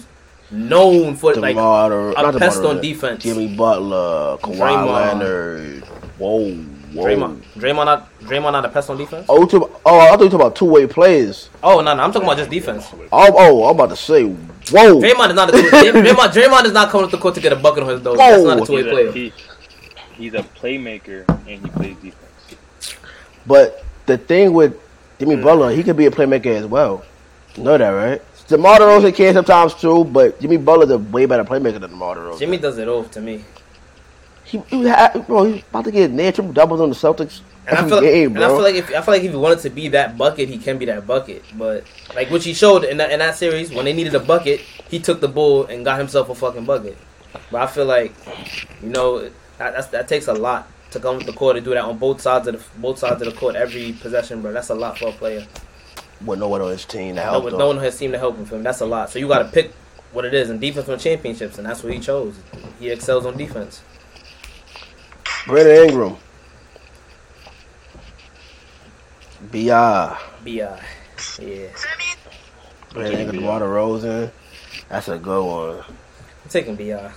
known for like
DeMar, or, not DeMar
pest on
DeRozan,
defense.
Jimmy Butler, Kawhi
Draymond.
Leonard. Whoa, whoa.
Draymond. Draymond not Draymond not a pest on defense.
Oh, you talk- oh, I thought you were talking about two way players.
Oh no no, I'm talking about just defense.
Oh, oh, I'm about to say, whoa.
Draymond
[LAUGHS]
is not a two- Draymond Draymond is not coming up the court to get a bucket on his nose. That's not a
Whoa.
two way
He's a-
player.
he- he's a playmaker and he plays defense.
But the thing with
Mm.
Jimmy Butler, he could be a playmaker as well. You know that, right? DeMar DeRozan can sometimes too, but Jimmy Butler's a way better playmaker than DeMar DeRozan.
Jimmy does it all to me.
he, he was ha- bro, he's about to get near triple doubles on the Celtics
And I
every
feel,
game,
and I feel
bro.
like if I feel like if he wanted to be that bucket, he can be that bucket. But like what he showed in that in that series, when they needed a bucket, he took the ball and got himself a fucking bucket. But I feel like, you know, that that's, that takes a lot to come with the court and do that on both sides of the both sides of the court every possession, bro. That's a lot for a player.
With no one on his team to
No,
help
with
them.
no one has seemed to help him. for him. That's a lot. So you got to pick what it is and defense on championships, and that's what he chose. He excels on defense.
Brandon Ingram. B.I.
Bi, yeah.
Brandon Ingram, DeMar DeRozan. That's a good one.
I'm taking Bi.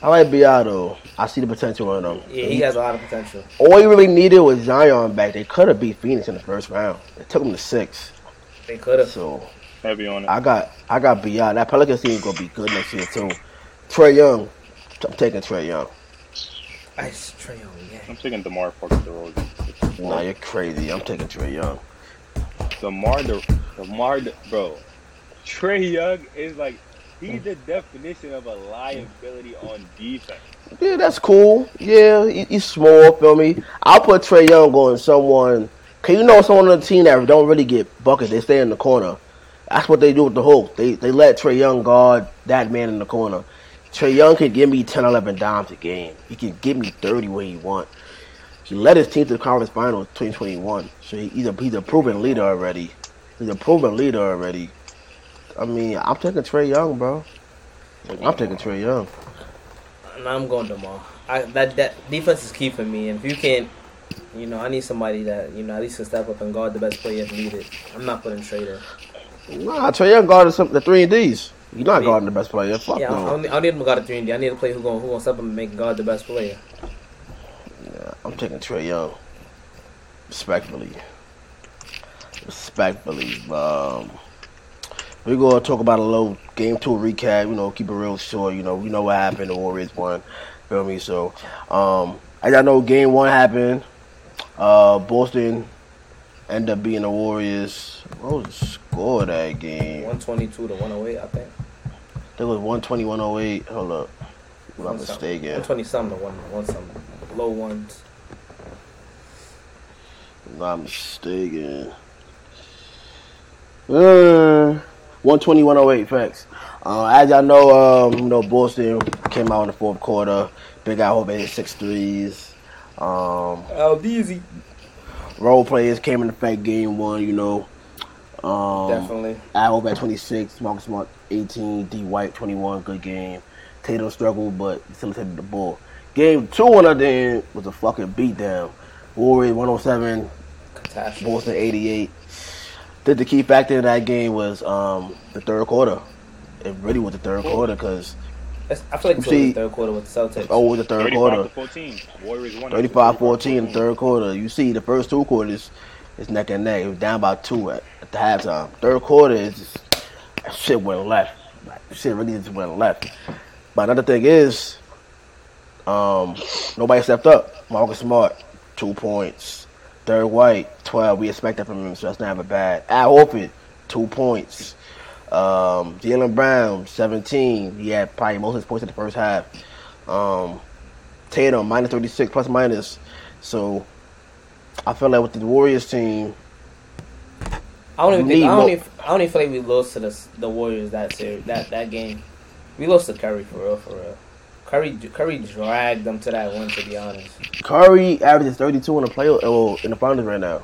I like B.I. though. I see the potential in him.
Yeah, he has a lot of potential.
All he really needed was Zion back. They could have beat Phoenix in the first round. It took them to six.
They could have.
So
Heavy on it.
I got I got B.I. That Pelicans team is gonna be good next year too. Trey Young. I'm taking Trey Young.
Ice oh, Trae Young.
I'm taking Demar Parker DeRozan.
Nah, you're crazy. I'm taking Trey Young.
Demar De, Demar De, bro. Trey Young is like he's the definition of a liability on defense.
Yeah, that's cool. Yeah, he, he's small. Feel me? I'll put Trey Young on someone. Can you know someone on the team that don't really get buckets? They stay in the corner. That's what they do with the Hulk. They they let Trey Young guard that man in the corner. Trey Young can give me 10, 11 dimes a game. He can give me 30 where he want. He led his team to the conference final 2021. So he, he's, a, he's a proven leader already. He's a proven leader already. I mean, I'm taking Trey Young, bro. I'm taking Trey Young.
And I'm going Demar. I, that that defense is key for me. And if you can't, you know, I need somebody that you know at least can step up and guard the best player if needed. I'm not putting Trey there.
Nah, Trey Young guarded some, the three and D's. You're not guarding the best player. Fuck
Yeah, I
no.
don't, need- I don't need him to guard a three and D. I need a player who going who going to step up and make guard the best player.
Yeah, I'm taking Trey Young. Respectfully. Respectfully. Um, we're going to talk about a little game two recap. You know, keep it real short. You know, we know what happened. The Warriors won. Feel me? So, um, as I know, game one happened. Uh, Boston ended up being the Warriors. What was the score of that game? I
122 to 108, I think.
think it was 120, 108. Hold up. If I'm not mistaken.
120 something to one, one something. Low ones.
If I'm not mistaken. Uh, 120, 108, facts. Uh, as y'all know, um, you know, Boston came out in the fourth quarter. Big Al Hope hit six threes. Um,
Oh, easy.
role players came in effect game one, you know. Um,
Definitely.
I hope at 26, Marcus Smart 18, D White 21, good game. Tatum struggled, but he still hit the ball. Game two on the other end was a fucking beatdown. Warriors 107,
Catastrophe.
Boston 88. Did the key factor in that game was um, the third quarter. It really was the third quarter because
That's- I feel like it's
See-
the third quarter with the Celtics.
oh, it was the third
35
quarter.
to 14. Warriors won.
35-14 in the third quarter. You see, the first two quarters is neck and neck. It was down by two at, at the halftime. Third quarter is just, shit went left. Like, shit really just went left. But another thing is, um, nobody stepped up. Marcus Smart, two points. Third White, twelve. We expect that from him, so that's not bad. Al Horford, two points. Um, Jalen Brown, seventeen. He had probably most of his points in the first half. Um, Tatum minus 36 plus minus. So I feel like with the Warriors team,
I don't even
Need
think, I don't
more-
even, I don't even feel like we lost to the the Warriors that series that that game. We lost to Curry for real, for real. Curry Curry dragged them to that win. To be honest,
Curry averages 32 in the play uh, well, in the finals right now.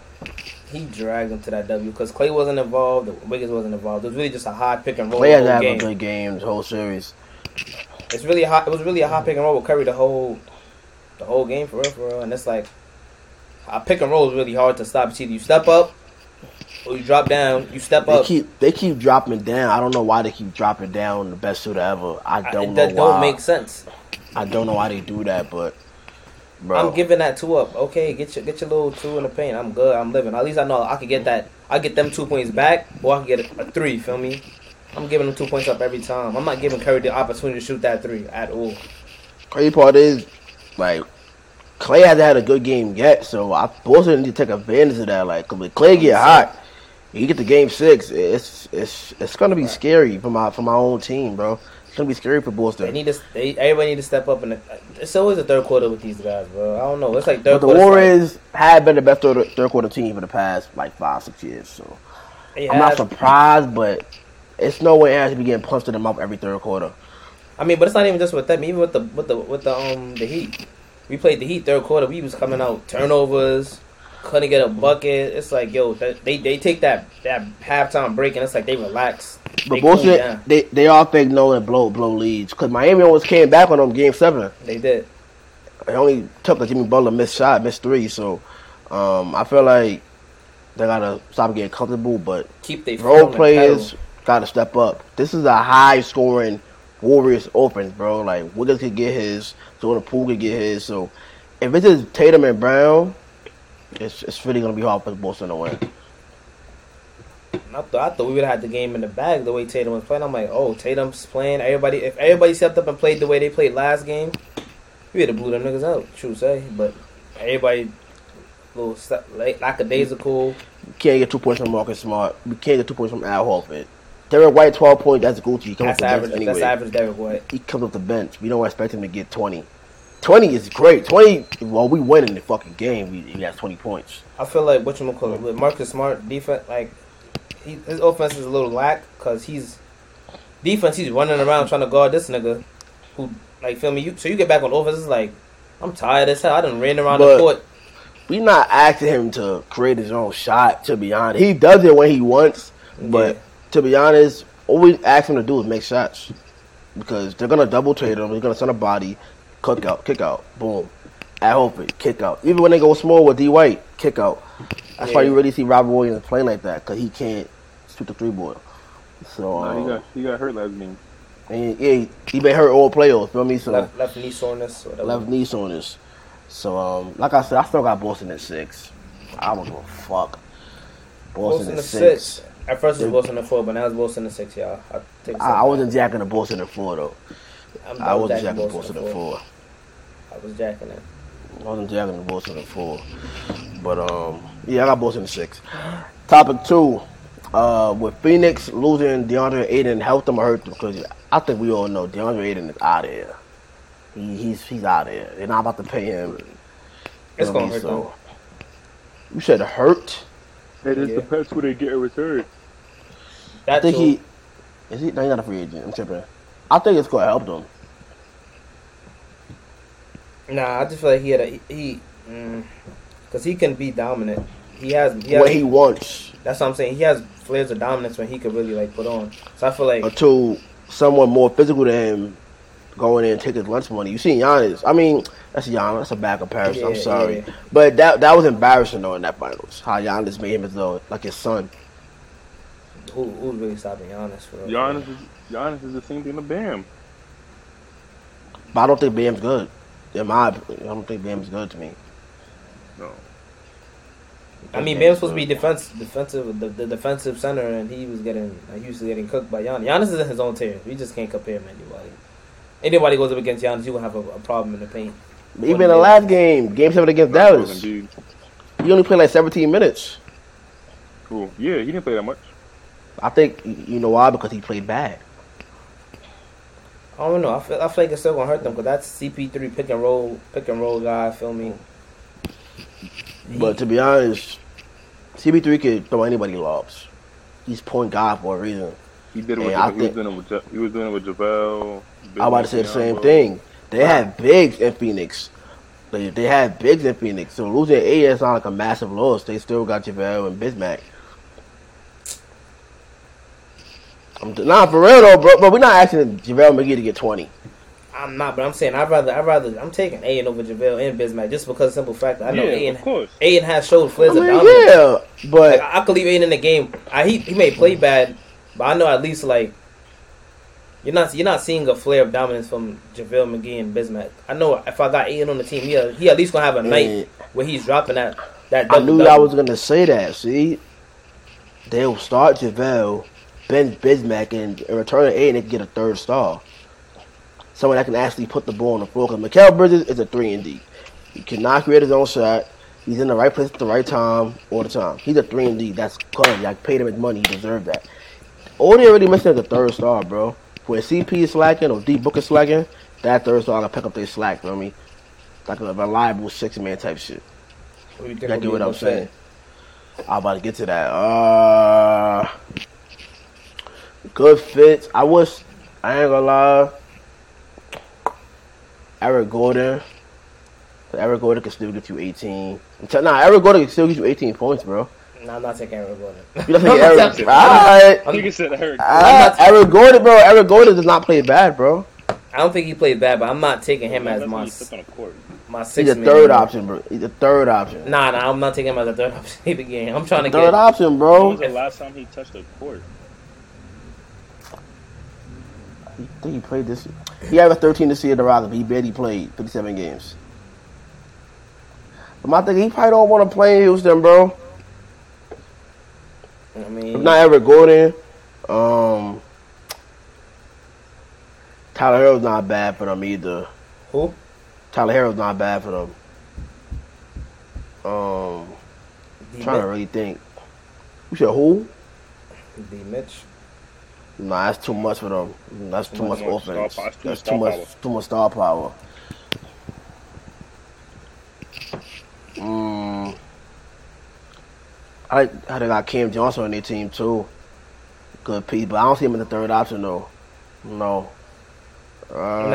he dragged them to that W because Clay wasn't involved, Wiggins wasn't involved. It was really just a high pick and roll
They
the
had to have
whole
a
Oh, game.
good game the whole series.
It's really hot. It was really a high pick and roll with Curry the whole the whole game for real, for real. And it's like a pick and roll is really hard to stop. It's either you step up or you drop down. You step
They
up.
keep they keep dropping down. I don't know why they keep dropping down the best shooter ever. I
I-
don't know
that
why.
don't make sense.
I don't know why they do that, but bro,
I'm giving that two up. Okay, get your get your little two in the paint. I'm good. I'm living. At least I know I can get that. I get them two points back, or I can get a, a three. Feel me? I'm giving them two points up every time. I'm not giving Curry the opportunity to shoot that three at all.
crazy part is like Clay hasn't had a good game yet, so I Boston need to take advantage of that. Like 'cause when Clay get hot, you get to game six, it's it's it's gonna be scary for my for my own team, bro. It's gonna be scary for
They
Boston.
need to. They, everybody need to step up. And it's always a third quarter with these guys, bro. I don't know. It's like
But
third
the
quarter.
Warriors have been the best third, third quarter team for the past like five six years, so
They
I'm not
have-
surprised, but it's no way I should be getting punched in the mouth every third quarter.
I mean, but it's not even just with them. Even with the with the with the um the Heat, we played the Heat third quarter. We was coming out turnovers, couldn't get a bucket. It's like yo, th- they they take that that halftime break and it's like they relax.
But
they cool
Boston,
down.
they they all think no and blow blow leads because Miami almost came back on them game seven.
they did.
it only took a Jimmy Butler missed shot, missed three. So um, I feel like they gotta stop getting comfortable. But
Keep they
role players gotta step up. This is a high scoring Warriors offense, bro. Like Wiggins could get his, Jordan Poole could get his. So if it's just Tatum and Brown, it's it's really gonna be hard for Boston to win.
I thought, I thought we would have had the game in the bag the way Tatum was playing. I'm like, oh, Tatum's playing. Everybody, if everybody stepped up and played the way they played last game, We had to blew them niggas out. True say, but everybody little st- like, lackadaisical.
Can't get two points from Marcus Smart. We can't get two points from Al Horford. Derek White, twelve points. That's Gucci. He comes
That's
off the
average.
bench anyway.
That's average. Derek White.
He comes off the bench. We don't expect him to get twenty. Twenty is great. Twenty. Well, we win in the fucking game. We he has twenty points.
I feel like what you call it with Marcus Smart defense, like he, his offense is a little lack because he's defense. He's running around trying to guard this nigga, who like feel me. You so you get back on offense. It's like I'm tired as hell. I done ran around
But-
the court.
we not asking him to create his own shot. To be honest, he does it when he wants. But
Yeah.
to be honest, all we ask him to do is make shots because they're gonna double trade him. They're gonna send a body, cook out, kick out, boom. At home, kick out. Even when they go small with D White, kick out. That's why
Yeah.
you really see Robert Williams playing like that because he can't shoot the three ball. So
Nah, he
um,
got he got hurt last game.
and yeah, he been hurt all playoffs. Feel me? So
Left, left knee soreness. Whatever.
left knee soreness. So, um, like I said, I still got Boston at six. I don't give a fuck. Boston,
Wilson
at
to
six.
six. At first it was Wilson to four, but now it's Wilson to six, y'all. I, take
I, I wasn't jacking the Boston at four though.
I'm,
I
I'm
wasn't
jacking
jacking Boston at four.
I was jacking it.
I wasn't jacking the Boston at four. But um, yeah, I got Boston at six. Topic two. Uh, with Phoenix losing DeAndre Aiden, helped them or hurt them because I think we all know DeAndre Aiden is out of here. He, he's he's out of here. They're not about to pay him.
It's
Feel me?
gonna hurt
So-
them.
You said hurt.
It
is Yeah.
depends who they get in return.
I
That
think
too.
he is he. No, he's not a free agent. I'm tripping. I think it's gonna help them.
Nah, I just feel like he had a he, because he can be dominant. He has he
What
has
he wants
That's what I'm saying. He has flares of dominance when he could really like put on. So I feel like
until someone more physical than him going in and take his lunch money. You seen Giannis? I mean, that's Giannis. That's a bad comparison. I'm
Yeah,
sorry,
yeah.
but that that was embarrassing though in that finals. How Giannis made him as though like his son.
who who's really stopping Giannis for real?
Giannis is Giannis is the same thing to Bam.
But I don't think Bam's good. In my, opinion, I don't think Bam's good to me.
No.
I mean, Bam's supposed to be defense, defensive, the, the defensive center, and he was getting, uh, he was getting cooked by Giannis. Giannis is in his own tier. We just can't compare him to anybody. Anybody goes up against Giannis, you will have a, a problem in the paint.
But even in the last game, game seven against Dallas, he
Embiid.
only played like 17 minutes.
Cool. Yeah, he didn't play that much.
I think you know why because he played bad.
I don't know. I feel, I feel like it's still gonna hurt them because that's CP3 pick and roll, pick and roll guy. Feel me?
But to be honest, CB3 could throw anybody lobs. He's point guard for a reason.
He did it
Hey,
with
I
he was
think-
doing it with Ja- he was doing it with JaVale.
I about to say the same
Biombo.
thing. They had bigs in Phoenix. They, they had bigs in Phoenix. So losing A is not like a massive loss. They still got JaVale and Bismack. I'm nah, for real though, bro. But we're not asking JaVale McGee to get 20.
I'm not, but I'm saying I'd rather, I'd rather, I'm taking Aiden over JaVale and Bismack just because of the simple fact that I know
Yeah, of
Aiden,
course.
Aiden has showed
I
flares
mean,
of dominance.
yeah, but
Like, I I could leave Aiden in the game. I, he he may play bad, but I know at least like you're not you're not seeing a flare of dominance from JaVale McGee and Bismack. I know if I got Aiden on the team, he uh, he at least gonna have a night where he's dropping that that.
I knew
double-double.
I was gonna say that. See, they'll start JaVale, Ben Bismack, and, and return an eight, and they can get a third star. Someone that can actually put the ball on the floor. Because Mikael Bridges is a three and D. He cannot create his own shot. He's in the right place at the right time all the time. He's a three and D. That's quality. I paid him his money. He deserved that. All they already missing is a third star, bro. When CP is slacking or D Book is slacking, that third star can pick up their slack, you know what I mean? Like a reliable six man type shit.
What do you
Y'all
think will
get
be
what
the
I'm
most
saying? I'm about to get to that. Uh, good fits. I wish I ain't gonna lie. Eric Gordon. Eric Gordon can still get you 18. I'm tell- Nah, Eric Gordon can still get you 18 points, bro.
fan? No, I'm not taking Aaron Gordon.
[LAUGHS] You
[LAUGHS]
don't think Eric?
I'm not-
Alright.
I'm-
Nigga said Eric.
Alright, Eric Gordon, bro. Eric Gordon does not play bad, bro.
I don't think he played bad, but I'm not taking him
That's
as
when
my
he stepped on the court.
my six.
He's a
man.
third option, bro. He's a third option.
Nah, nah, I'm not taking him as a third [LAUGHS] option in the game. I'm trying to
Third
get.
option,
When was
bro.
the last time he touched the court?
I think he played this. He had a 13 this year in the Rockets. but He barely played 57 games. But my thing, he probably don't want to play in Houston, bro.
I
If
mean,
not Eric Gordon, um, Tyler Harrell's not bad for them either.
who?
Tyler Harrell's not bad for them. Um,
D.
trying to
Mitch.
really think. You said who?
D. Mitch.
Nah, that's too much for them. That's too,
Too
much,
much star
offense.
power. That's
that's
too
too
much star
much. Too much star power. Mm. I like how they got Cam Johnson on their team too. Good piece, but I don't see him in the third option though. No. Uh,
nah,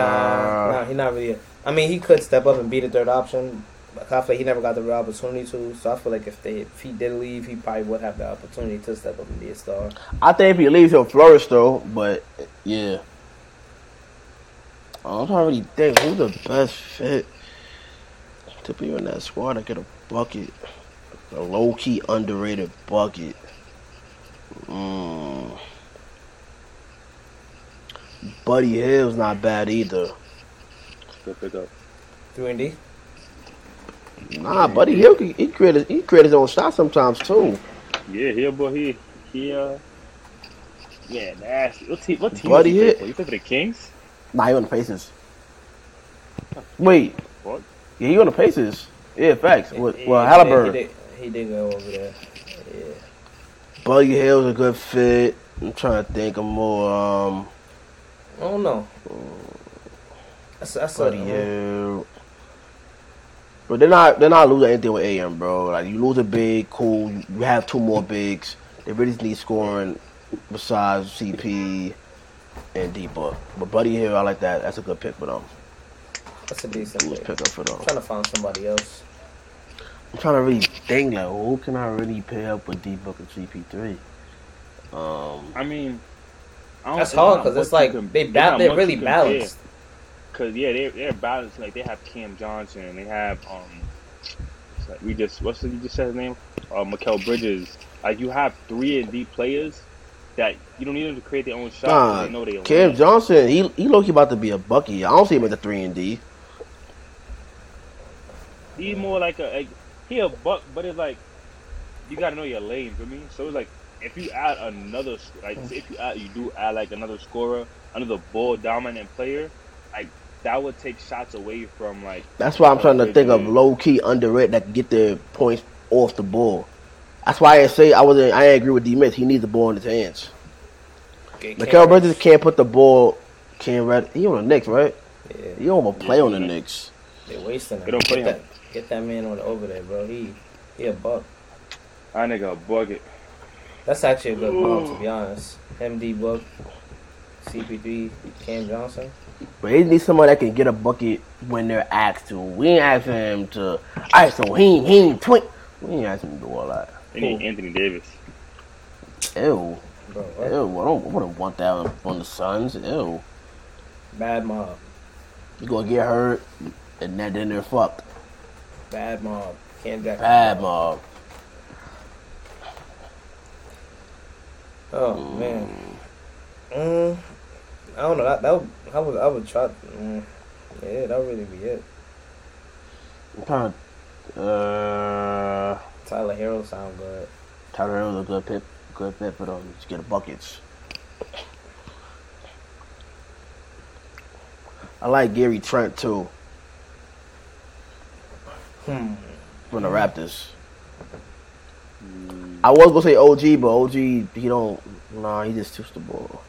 nah, he not really. I mean, he could step up and be the third option. But I feel like he never got the real opportunity to. So I feel like if they if he did leave, he probably would have the opportunity to step up and be a star.
I think if he leaves, he'll flourish though. But yeah, I'm trying to really think who's the best fit to be on that squad to get a bucket, a low key underrated bucket. Mm. Buddy Hill's not bad either.
Good pickup.
Three and D.
Nah, Buddy Hill can- he created he created his own shot sometimes too.
Yeah, here, boy, he, he, uh, yeah, nasty. What team? What team?
Buddy
you
hit.
For? You play for the Kings?
Nah, he on the Pacers. Wait,
What?
yeah, he on the Pacers. Yeah, facts. Well,
He-
well
he
Halliburton.
did- He did, he did go over there. Yeah.
Buggy Hill's a good fit. I'm trying to think of more. Um,
I don't know. That's, that's a,
Buddy Hill. But they're not they're not losing anything with AM, bro. Like you lose a big, cool. You have two more bigs. They really just need scoring besides CP and D Book. But Buddy Hill, I like that. That's a good pick for them.
that's a decent
Good
pick.
pick up for them.
I'm trying to find somebody else.
I'm trying to really think like who can I really pair up with D Book and CP three. Um,
I mean, I
That's hard because it's like they ba- they're really balanced.
Because yeah, they they're balanced. Like they have Cam Johnson and they have um, it's like we just what's the, you just said his name? Uh, Mikel Bridges. Like you have three and D players that you don't need them to create their own shot. 'cause
Nah,
they know they will
Cam
win.
Johnson, he he low key about to be a bucky. I don't see him at the three and D.
He's more like a like, he a buck, but it's like you gotta know your lane. For me, so it's like if you add another s- like say if you add you do add like another scorer, another ball dominant player, like that would take shots away from like
That's why I'm trying to think of
Mhm.
low key underrated that can get the points off the ball. That's why I say I wasn't. I ain't agree with D. Mitch. He needs the ball in his hands.
Okay,
Mikael Bridges can't put the ball. Can't red. He on the Knicks, right?
Yeah,
He don't even play on the
Yeah.
Knicks.
they're wasting him.
They don't play
get,
him.
that, get that man on over there, bro. He he a buck.
I ah, nigga a bucket.
That's actually a good call, to be honest. MD Book, CP3, Cam Johnson.
But he needs somebody that can get a bucket when they're asked to. We ain't asking him to. All right, so he ain't- he ain't twink. We ain't asking him to do all that.
They need Anthony Davis.
Ew,
Bro,
ew. I
what?
don't. I wouldn't want that on the Suns. Ew.
Bad mob.
You gonna get hurt, and then then they're fucked.
Bad mob. Cam Jackson.
Bad mob.
Oh, man. Mm, I don't know. That, that would, I would, I would try. Mm, yeah, that would really be it.
I'm trying to. Uh,
Tyler Hero sound good.
Tyler Hill's a good pick, good pick for them to get the buckets. I like Gary Trent too
Hmm.
from the Raptors. I was gonna say OG, but OG he don't. Nah, he just tips the ball.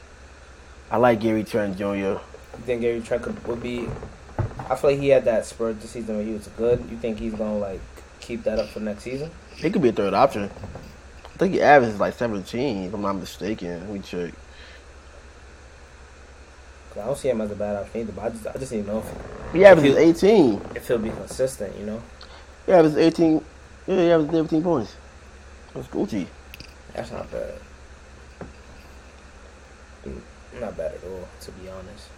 I like Gary Trent Jr.
You think Gary Trent could, would be? I feel like he had that spurt this season where he was good. You think he's gonna like keep that up for next season?
He could be a third option. I think he averages like 17, if I'm not mistaken. Let me check.
'Cause I don't see him as a bad option either. But I just, I just need to know
He averages 18.
if, if he'll be consistent. You know,
He averages 18. Yeah, he averages 18 points. That's Gucci.
that's not bad. Mm, Not bad at all, to be honest.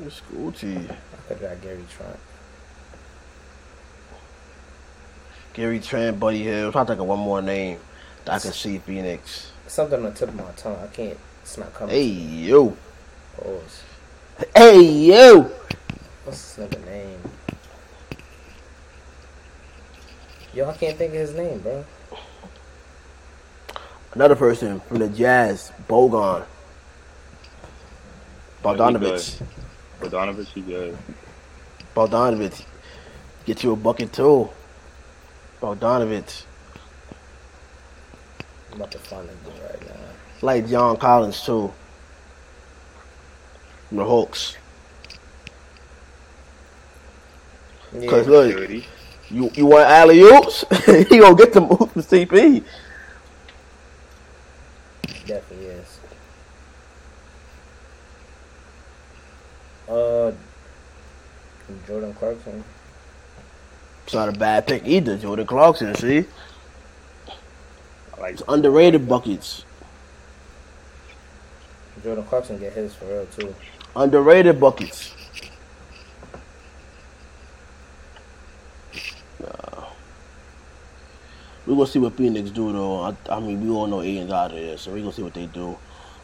That's Gucci.
I could have got Gary Trent.
Gary Trent, Buddy Hill. I'm trying to think of one more name that I can see Phoenix.
Something on the tip of my tongue. I can't. It's not coming.
Hey yo,
Pause.
hey yo.
What's this nigga name? Yo, I can't think of his name, bro.
Another person from the Jazz, Bogon.
Yeah, he
Bogdanovich.
Bogdanovich, he good.
Bogdanovich, get you a bucket too. Bogdanovich,
I'm about to find a dude right now.
like John Collins too. From The Hawks.
Yeah.
'Cause look,
Dirty.
You you want alley oops? [LAUGHS] he gonna get the move from CP.
Definitely is. Uh, Jordan Clarkson.
It's not a bad pick either. Jordan Clarkson, see,
Like
it's underrated buckets.
Jordan Clarkson get his for real too.
Underrated buckets. Nah. We're gonna see what Phoenix do though. I, I mean we all know Aiden's out of there, so we're gonna see what they do.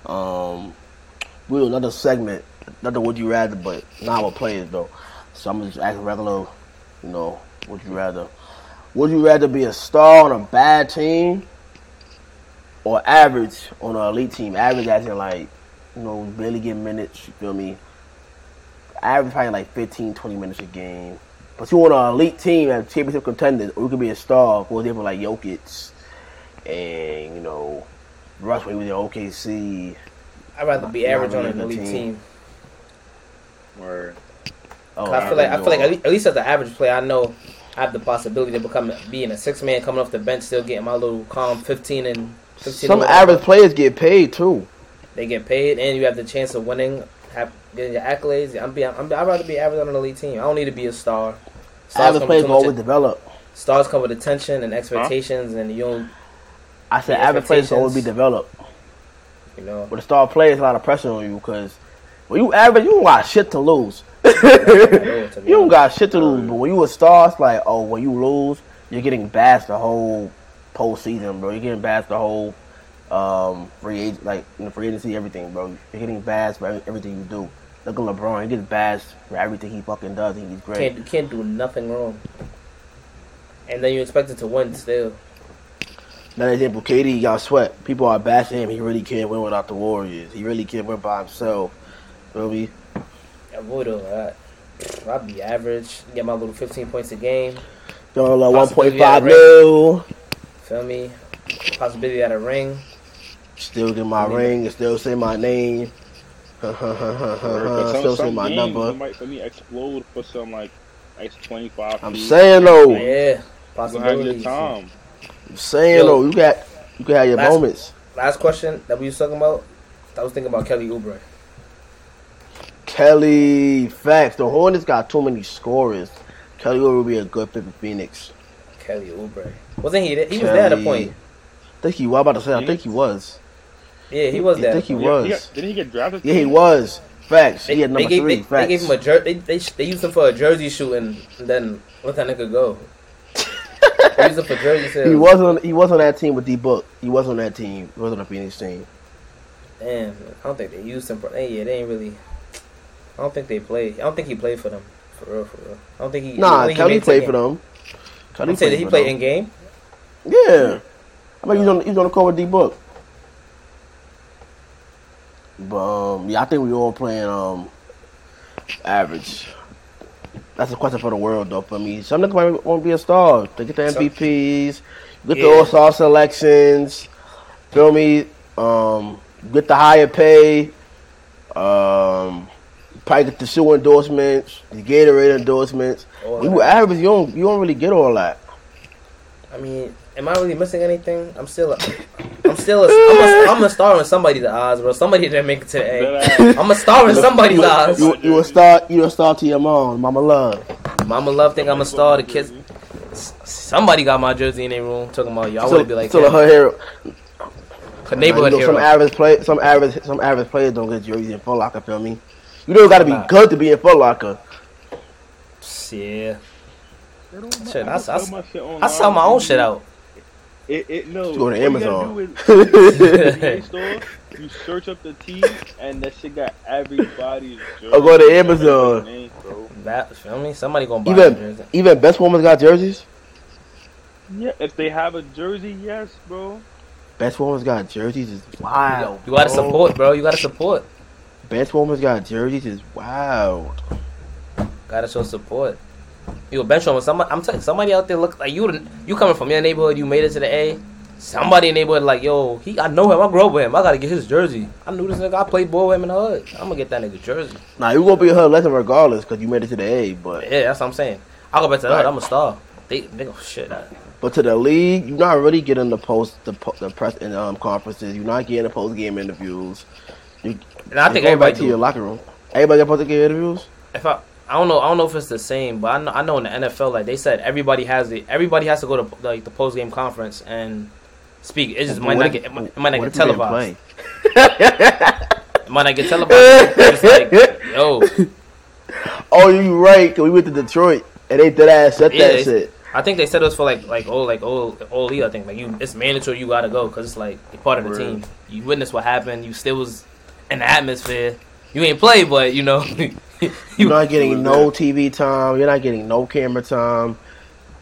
Um we do another segment, another would you rather, but not with players though. So I'm gonna just ask regular, you know, would you rather would you rather be a star on a bad team or average on an elite team? Average as in like you know, barely get minutes, you feel me? Average probably like 15, 20 minutes a game. But you want an elite team as championship contenders, or you could be a star, for example, like Jokic and, you know, Russ when he was in OKC.
I'd rather be
Not
average on
really
an
the
elite
team.
team.
or
Oh,
I feel like I feel like at least, at least as an average player, I know I have the possibility to become being a six man coming off the bench, still getting my little calm fifteen and fifteen.
some
and
average players get paid too.
they get paid, and you have the chance of winning, have getting your accolades. I'm be I'm, I'd rather be average on an elite team. I don't need to be a star. Stars
average
come, with
players
too
will always
much,
develop.
stars come with attention and expectations, and you don't
I said
The
average players will always be
expectations.
developed. [LAUGHS]
you know.
But a star player is a lot of pressure on you because when you average, you don't got shit to lose. [LAUGHS]
know, to be
you don't
honest.
got shit to lose, but when you a star, it's like, oh, when you lose, you're getting bashed the whole postseason, bro. You're getting bashed the whole um, free agent, like in the free agency, everything, bro. You're getting bashed for every- everything you do. Look at LeBron; he gets bashed for everything he fucking does. and He's great.
Can't you can't do nothing wrong, and then you expect it to win still.
Another example, KD got swept. People are bashing him. He really can't win without the Warriors. He really can't win by himself. Feel me?
I would have. I'd be average. Get my little fifteen points a game.
Don't know, one point
Possibly, yeah,
five
right.
mil.
Feel me? Possibility at a ring.
Still get my
I mean-
ring and still say my name. [LAUGHS]
But some,
still say
some
my
games,
number.
it might for me explode for some like like twenty five.
I'm saying though,
Yeah, possibility.
your time.
I'm saying
Yo.
though, you got you can have your
Last-
moments.
Last question that we was talking about. I was thinking about Kelly Oubre.
Kelly, facts. The Hornets got too many scorers. Kelly Oubre would be a good fit for Phoenix.
Kelly Oubre wasn't he? There? He was there at a
Kelly-
point.
I think he. Well, I'm about to say, I think he was.
Yeah, he was
I
there.
think he
Yeah,
was.
he got- didn't he get drafted?
Yeah, he was. Facts.
They,
he had
they
number
gave,
three.
they, they
facts.
gave him a jer- they, they sh- they used him for a jersey shoot and then let that nigga go. they used him for jersey
[LAUGHS]
sales.
he was on. He was on that team with D Book. He was on that team. He was on the Phoenix team.
Damn, I don't think they used him for. Hey, yeah, they ain't really. I don't think they played. I don't think he played for them. For real, for real. I don't think he. I
Nah,
don't think he
Kelly
made
played
the
for
game.
them. Kelly
I'm saying that he
for
played
them.
in game.
Yeah. I mean, he was on, he was on the cover with D Book. But, um, yeah, I think we all playing um, average. That's a question for the world, though, for me. Some niggas might want to be a star. They get the
So-
MVPs, get the
Yeah.
all star selections, feel me? Um, get the higher pay. Um, probably get the shoe endorsements, the Gatorade endorsements.
All
When you
that.
average, you don't, you don't really get all that.
I mean, am I really missing anything? I'm still, a, I'm still, a, I'm, a, I'm a star in somebody's eyes, bro. Somebody didn't make it to the A. I'm a star in [LAUGHS] somebody's eyes.
You, you a star. You a star to your mom, mama love.
Mama love think I'm a star. The kids, s- somebody got my jersey in their room. Talking about you, I
Still,
would be like
still her
that.
hero.
A neighborhood
You know, Some
hero.
average play, some average, some average players don't get jerseys in Foot Locker. Feel me? You don't got to be
Nah.
good to be in Foot
[LAUGHS]
Locker.
Yeah, Shit, I- I- I sell my own shit out.
It, it no.
Go to
what you gotta
Amazon. [LAUGHS]
do is- you go to the NBA store, you search up the team, and that shit got everybody's. jersey.
Or go to Amazon.
Name, bro.
That feel me? Somebody gonna buy my
Even
jersey.
even best woman's got jerseys.
Yeah, if they have a jersey, yes, bro.
Best woman's got jerseys is wild.
You gotta
bro.
support, bro. You gotta support.
Benchwarmers got jerseys is wild.
Gotta show support. You a bench warmer. Somebody, I'm telling somebody out there. Look like you. You coming from your neighborhood. You made it to the A. Somebody in the neighborhood like yo. He. I know him. I grew up with him. I gotta get his jersey. I knew this nigga. I played ball with him in the hood. I'm gonna get that nigga jersey.
Now you gonna be a hood legend regardless because you made it to the A, but
Yeah, that's what I'm saying. I go back to the hood.
Right.
I'm a star. They nigga oh, shit. I,
but to the league, you're not really getting the post the, po- the press and um conferences. You're not getting the post game interviews. You,
and I
you
think
go
everybody
back to your
do.
locker room. Everybody got post game interviews.
If I. I don't know. I don't know if it's the same, but I know, I know in the NFL, like they said, everybody has the everybody has to go to like the post game conference and speak. It just
But what
might not
if-
get it might, it might not
what
get
if you didn't
televised.
play?
It might not get televised. it's like yo,
Oh, you right? 'cause we went to Detroit and they did ass set
Yeah,
that
they-
shit.
I think they said it was for like like oh like oh oh league. I think like you, it's mandatory. You gotta go because it's like you're part of the
Word.
team. You witnessed what happened. You still was in the atmosphere. You ain't play, but you know [LAUGHS]
You're
you.
not getting no TV time. You're not getting no camera time.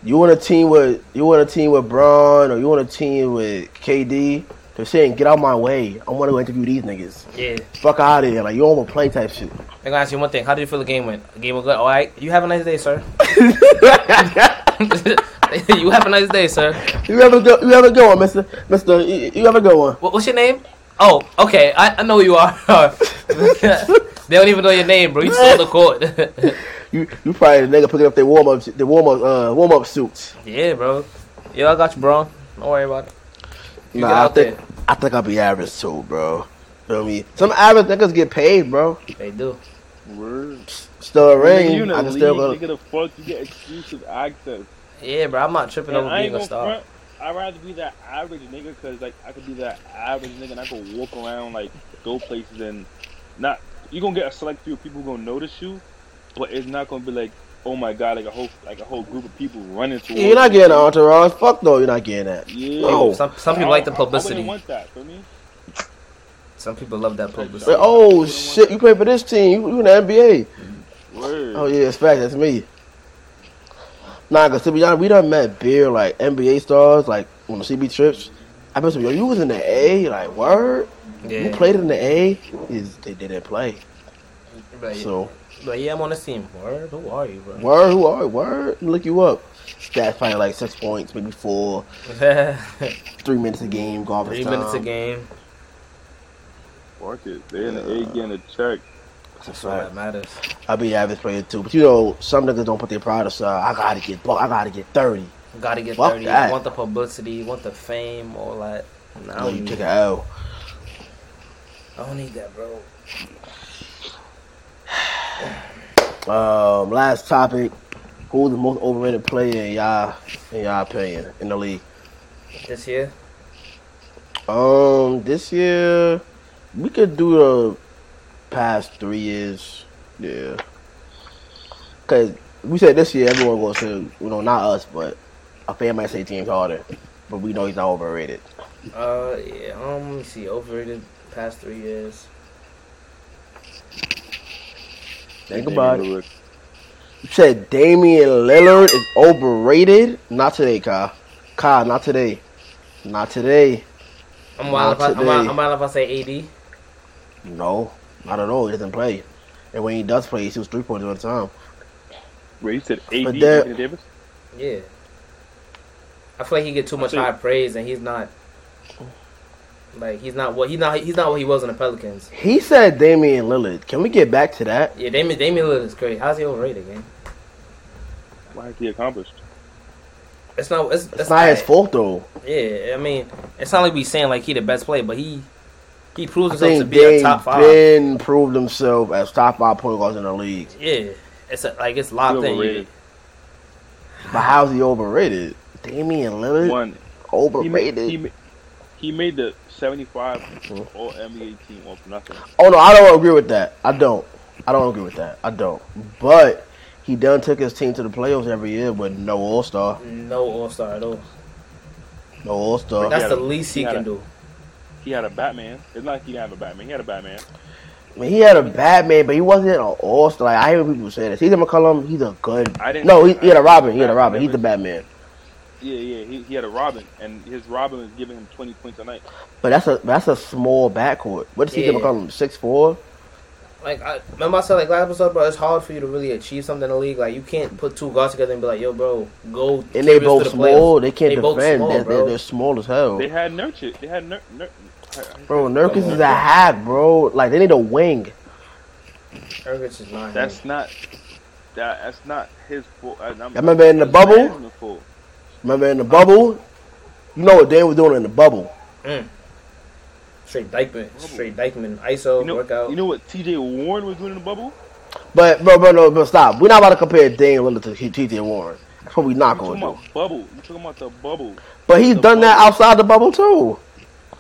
You want a team with you want a team with Braun or you want a team with KD? They're saying get out my way. I want to go interview these niggas.
Yeah,
Fuck out of here. Like you don't want to play type shit. [LAUGHS]
I'm gonna ask you one thing. How did you feel the game went? The game was good. All right, you have a nice day, sir. [LAUGHS] you have a nice day, sir.
You ever go? You ever go on, Mister? Mister, you, you ever go on?
What, what's your name? Oh, okay. I, I know who you are. [LAUGHS] they don't even know your name, bro. You stole the court. [LAUGHS]
You you probably the nigga picking up their warm up their warm up uh, warm up suits.
yeah, bro. Yo, I got you, bro. Don't worry about it. You get
Nah, I
out
think I think I'll be average too, bro. Feel me? Some average niggas get paid, bro.
They do.
Word.
Still a
Nigga, you
ring.
in the
I can
league,
still go.
nigga, the fuck, you get exclusive access.
Yeah, bro. I'm not tripping
And
over
I ain't
being a
gonna
star.
front. I'd rather be that average nigga because like I could be that average nigga and I could walk around like go places and not you gonna get a select few people who gonna notice you, but it's not gonna be like oh my god like a whole like a whole group of people running towards.
You're not
you.
getting an entourage. Fuck no, you're not getting that.
Yeah.
Oh.
Some some
I-
people like the
I- I,
publicity.
wouldn't want that for me.
some people love that publicity.
But, oh shit, you play for this team. You, you in the NBA.
Word.
Oh yeah, it's fact. That's me. Nah, cause to be honest, we done met beer like NBA stars like on the CB trips. I bet some yo, you was in the A. Like word, you
yeah.
played in the A. Is they didn't play.
But,
So
but yeah, I'm on this team. Word, who are you, bro?
word, who are word? Look you up. Stats probably like six points, maybe four.
[LAUGHS] Three
three minutes a game, garbage time.
minutes a game.
Fuck it. They in the A getting a check.
That's
So
right.
that matters.
I'll be an average player too, but you know some niggas don't put their pride aside. I gotta get, bu- I gotta get thirty.
Gotta get
Fuck
thirty.
that.
Want the publicity. Want the fame. All that. Nah, I
No,
don't
you
need
take
that.
an L.
I don't need that, bro.
Um, last topic: Who's the most overrated player in y'all, in y'all opinion, in the league?
This year,
Um, this year we could do the past three years. Yeah, cause we said this year everyone goes to you know not us, but a fan might say James Harden, but we know he's not overrated.
uh, yeah. Um, let me see. Overrated past three years.
Think
Damian
about it.
Lewis.
You said Damian Lillard is overrated. Not today, Kyle. Kyle, not today. Not today.
I'm wild. If I,
Not
I'm, wild,
today.
I'm wild if I say AD.
No, not at all. He doesn't play. And when he does play, he shoots three pointers at a time.
Wait, you said AD
But
Anthony
there-
Davis?
Yeah. I feel like he get too much
think-
high praise, and he's not. Like he's not what he's not he's not what he was in the Pelicans.
He said Damian Lillard. Can we get back to that?
Yeah, Damian Damian Lillard is crazy. How's he overrated, man?
Why is he accomplished?
It's not it's,
It's not his fault though.
Yeah, I mean, it's not like we saying like he the best player, but he he proves
I
himself to
think
be a top
Dame
five.
Ben proved himself as top five point guards in the league.
Yeah, it's a, like it's locked
He
in.
overrated.
But how's he overrated? Damian Lillard
One. He
overrated.
made, he, ma- he made the 75
Mm-hmm.
All NBA team off nothing.
Oh no, I don't agree with that. I don't. I don't agree with that. I don't. But he done took his team to the playoffs every year with no All Star,
No All Star at all.
no All Star.
That's
Yeah,
the least he
yeah.
can do.
He had a Batman. It's not like he didn't have a Batman. He had a Batman.
I mean, he had a bad man, but he wasn't an All Star. Like, I hear people say this. He's a McCollum. He's a good.
I didn't-
No, he, he had a Robin. He had a
I
Robin. He's the
remember.
Batman.
Yeah, yeah. He, he had a Robin, and his Robin was giving him 20 points a night.
But that's a that's a small backcourt. What is
Yeah.
CJ McCollum? Six four.
Like I remember I said like last episode, bro. It's hard for you to really achieve something in the league. Like you can't put two guards together and be like, yo, bro, go.
And they
take us to
both
the
small.
playoffs.
They can't
both
defend.
small,
they're, they're,
bro.
they're small as hell.
They had nurture. They had nur- nur-
Bro, Nurkic is a hack, bro. Like they need a wing.
Nurkic is not.
That's
Mm-hmm.
not. That, that's not his fault. I, I'm-
I remember in the
it's
bubble?
management's fault.
Remember in the bubble? You know what they were doing in the bubble.
straight Dykeman. Straight Dykeman. ISO
You know,
workout.
you know what T.J. Warren was doing in the bubble?
But bro, bro, no, but stop. We're not about to compare Dame Lillard to T.J. Warren. That's what we're not
You
going to
talking
do.
about bubble? You talking about the bubble?
But he's
the
done that
bubble.
outside the bubble too,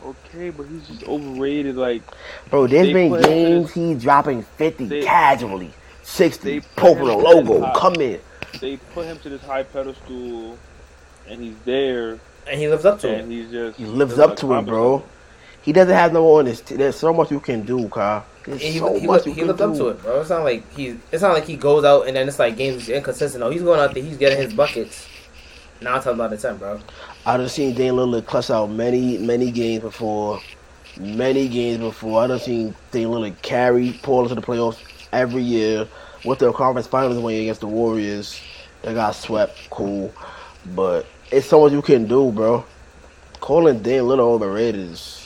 Okay, but he's just overrated. Like
bro. There's
They
been
play-
games he's dropping fifty
they-
casually, sixty.
they
Poker the
play-
logo, come in.
they put him to this high pedestal, and he's there,
and he lives up to it.
and he's just
He lives
doesn't
up to it,
accomplish
bro.
nothing.
He doesn't have no one on his. T- there's so much you can do, Kyle. There's
And he,
so
he,
much
looked,
you
he
can
looked up
do.
to it, bro. It's not like he. It's not like he goes out and then it's like games is inconsistent. No, he's going out there. He's getting his buckets. Nine times out of ten, bro.
I done seen Dame Lillard clutch out many, many games before. Many games before. I done seen Dame Lillard carry Portland to the playoffs every year. With their conference finals win against the Warriors, they got swept. Cool, but it's so much you can do, bro. Calling Dame Lillard overrated is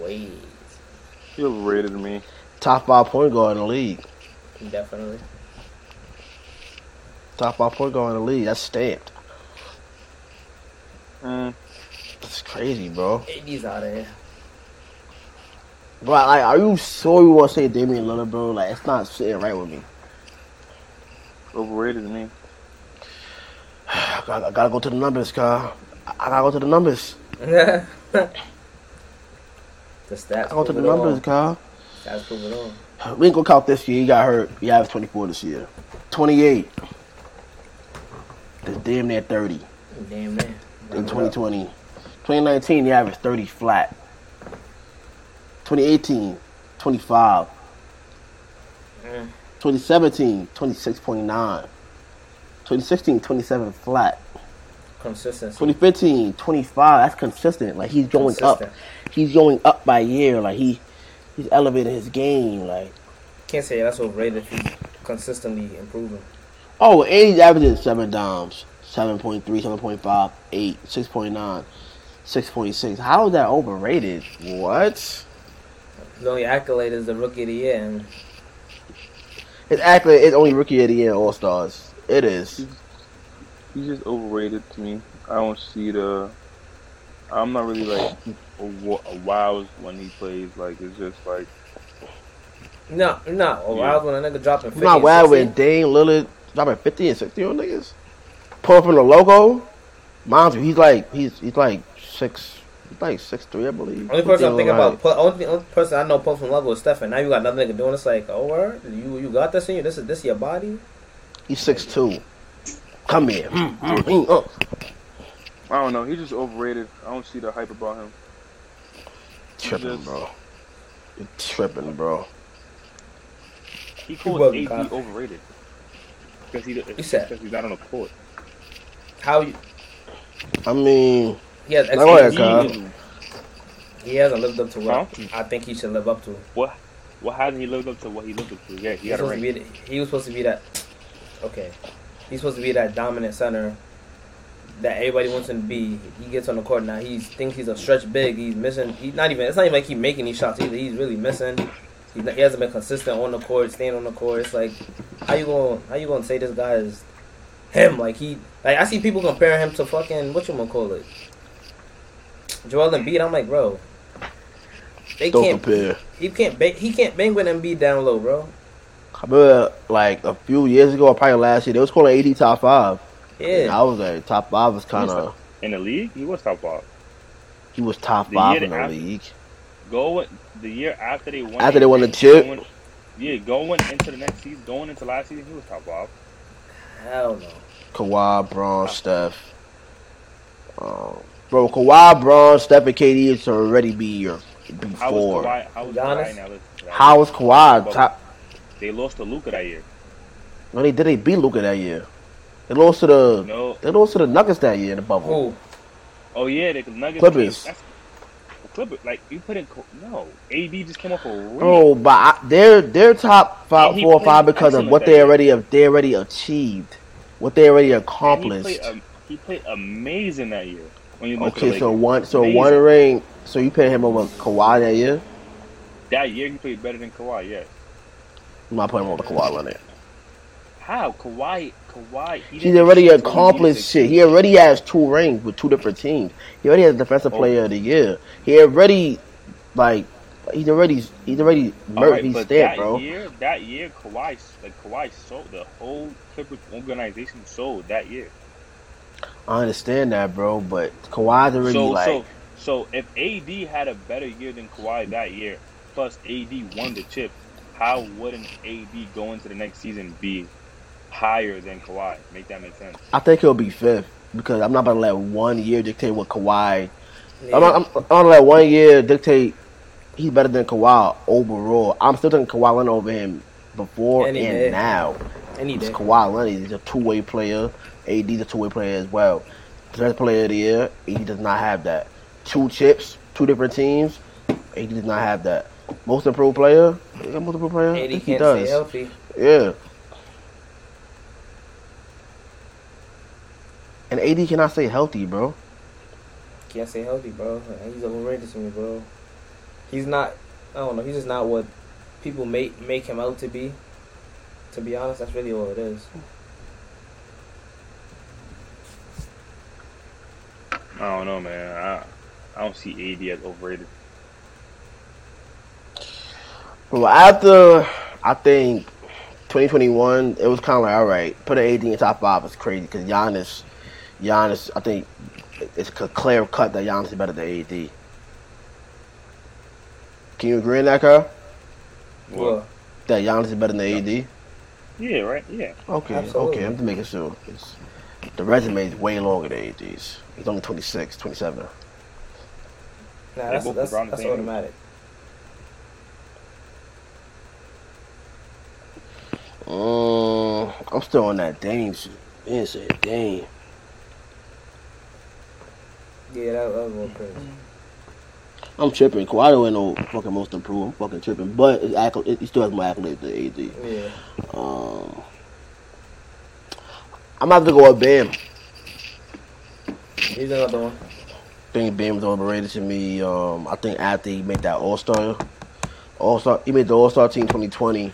Wait,
He overrated to me.
top five point guard in the league.
definitely.
Top five point guard in the league. That's stamped.
Mm.
That's crazy, bro.
AD's out of here.
Bro, like, are you sure you want to say Damian Lillard, bro? Like, it's not sitting right with me.
Overrated to me.
I gotta, I gotta go to the numbers, Kyle. I I gotta go to the numbers.
[LAUGHS] the stats.
I gotta go to the
prove it all.
numbers, Kyle.
Stats prove it all.
We ain't gonna count this year. He got hurt. He averaged 24 this year. 28. That's damn near 30
Damn man.
in 2020. 2019, he averaged 30 flat. 2018, 25.
Mm.
2017, 26.9. 2016, 27 flat.
Consistency.
2015, 25. That's consistent. Like he's going
Consistent.
up. He's going up by year. Like he, he's elevating his game. Like
Can't say that's overrated. If he's consistently improving.
oh, and he's averaging seven dimes, 7.3, 7.5, 8, 6.9, 6.6. How is that overrated? What?
His only accolade is the rookie of the year, and
It's actually it's only rookie of the year All Stars. It is.
He's just overrated to me. I don't see the. I'm not really like wa- wowed when he plays. Like it's just like
no, no. Oh, I
Yeah.
was when a nigga dropping.
I'm not
50
wild
and
with
60.
Dane Lillard dropping 50 and 60 on niggas. Pull from the logo. Mind you, he's like he's he's like six. He's like six three, I believe.
Only person I'm
Something
thinking
like-
about, only, only person I know post from level is Steph, and now you got another nigga doing this. Like, oh, word? you you got this in you? This is this your body?
He's six two. Come here. Mm, mm, mm, uh.
I don't know. He's just overrated. I don't see the hype about him.
Tripping,
Just-
bro. You're tripping, bro.
He
wasn't
called AD
confident.
overrated because he
You said-
because he's not on the court.
How you?
I mean,
He has
Now go ahead,
He
Kyle.
expectations.
is-
He hasn't lived up to what I think he should live up to.
what? What hasn't he lived up to? What he lived up to? Yeah, he
He's
got a
supposed to be
ring.
the, he was supposed to be that. Okay, he's supposed to be that dominant center that everybody wants him to be. He gets on the court now. He thinks he's a stretch big. He's missing. He's not even. It's not even like he's making these shots either. He's really missing. He's not, he hasn't been consistent on the court, staying on the court. It's like how you going to how you gonna say this guy is him? Like he like I see people comparing him to fucking what you gonna call it, Joel Embiid. I'm like, bro, they
don't
can't.
compare.
He can't. Bang, he can't bang with Embiid down low, bro.
I remember, like a few years ago, or probably last year, they was calling eighty top five.
Yeah.
And I was like, top five is kind of.
In the league, he was top five.
He was top
The
five
year
in the
after-
league.
Go with- the year after they won.
After they won the chip?
going- yeah, going into the next season, going into last season, he was top five.
Hell no.
Kawhi, Braun, Steph. Um, bro, Kawhi, Braun, Steph, and KD is already be your be
How was
four.
Kawhi? How was
Giannis?
Kawhi now? Listen,
How is Kawhi top?
They lost to Luka that year.
No, they did. They beat Luka that year. They lost to the.
No.
They lost to the Nuggets that year in the bubble.
Who?
Oh yeah, the Nuggets.
Clippers.
That's- Clipper. Like you put in Ka- no AD just came
Oh,
off a ring.
Bro, but I, they're they're top five,
And he
four or five
played
because of
excellent
what
that
they
game.
already have. They already achieved, what they already
And he
accomplished.
played um, he played amazing that year. When you look at
okay,
the
so
Lakers.
one, so
Amazing.
one er ring. So you put him over Kawhi that year.
that year he played better than Kawhi. Yeah,
I'm not putting him over Kawhi on it.
how Kawhi Kawhi he
He's
didn't-
already
he needed
accomplished
to-
shit. He already has two rings with two different teams. He already has defensive
Oh.
player of the year. He already like he's already he's already
All right,
Murphy's
but
there,
that
bro.
year, that year, Kawhi, like Kawhi sold the whole Clippers organization sold that year.
I understand that, bro, but Kawhi's already
so,
like
so, so if AD had a better year than Kawhi that year, plus AD won the chip, how wouldn't AD go into the next season be higher than Kawhi? Make that make sense?
I think he'll be fifth because I'm not gonna let one year dictate what Kawhi. I'm not, I'm, I'm gonna let one year dictate he's better than Kawhi overall. I'm still thinking Kawhi Leonard over him before and,
Any day.
now.
Any
It's
day.
Kawhi Leonard. He's a two-way player. AD's a two-way player as well. Best player of the year. AD does not have that. Two chips, two different teams. AD does not have that. Most improved player. Is that Most improved player. I
AD
think
can't
he
stay
does.
healthy.
Yeah. And AD cannot stay healthy, bro.
Can't stay healthy, bro. He's overrated to me, bro. He's not. I don't know. He's just not what people make make him out to be. To be honest, that's really all it is.
I don't know, man. I, I don't see AD as overrated.
Well, after I think 2021, it was kind of like, all right, put an AD in top five is crazy because Giannis, Giannis, I think it's a clear cut that Giannis is better than AD. Can you agree on that, Kyle?
Well,
That Giannis is better than AD?
Yeah, right. Yeah,
Okay,
Absolutely.
okay, I'm just making sure. It's, the resume is way longer than AD's. He's only 26, 27.
nah,
They
that's
both
that's,
around the
that's
same age.
automatic.
Um, I'm still on that Dame shit. Man said Dame.
Yeah, that, that was going crazy.
I'm tripping. Kawhi don't win no fucking most improved. I'm fucking tripping. But it's acc- it, he still has more accolades than
Mm-hmm.
AD.
Yeah,
Um, I'm about to go with Bam.
he's another one.
I think Bam's overrated to me. Um, I think after he made that All Star, All Star, he made the All Star team 2020.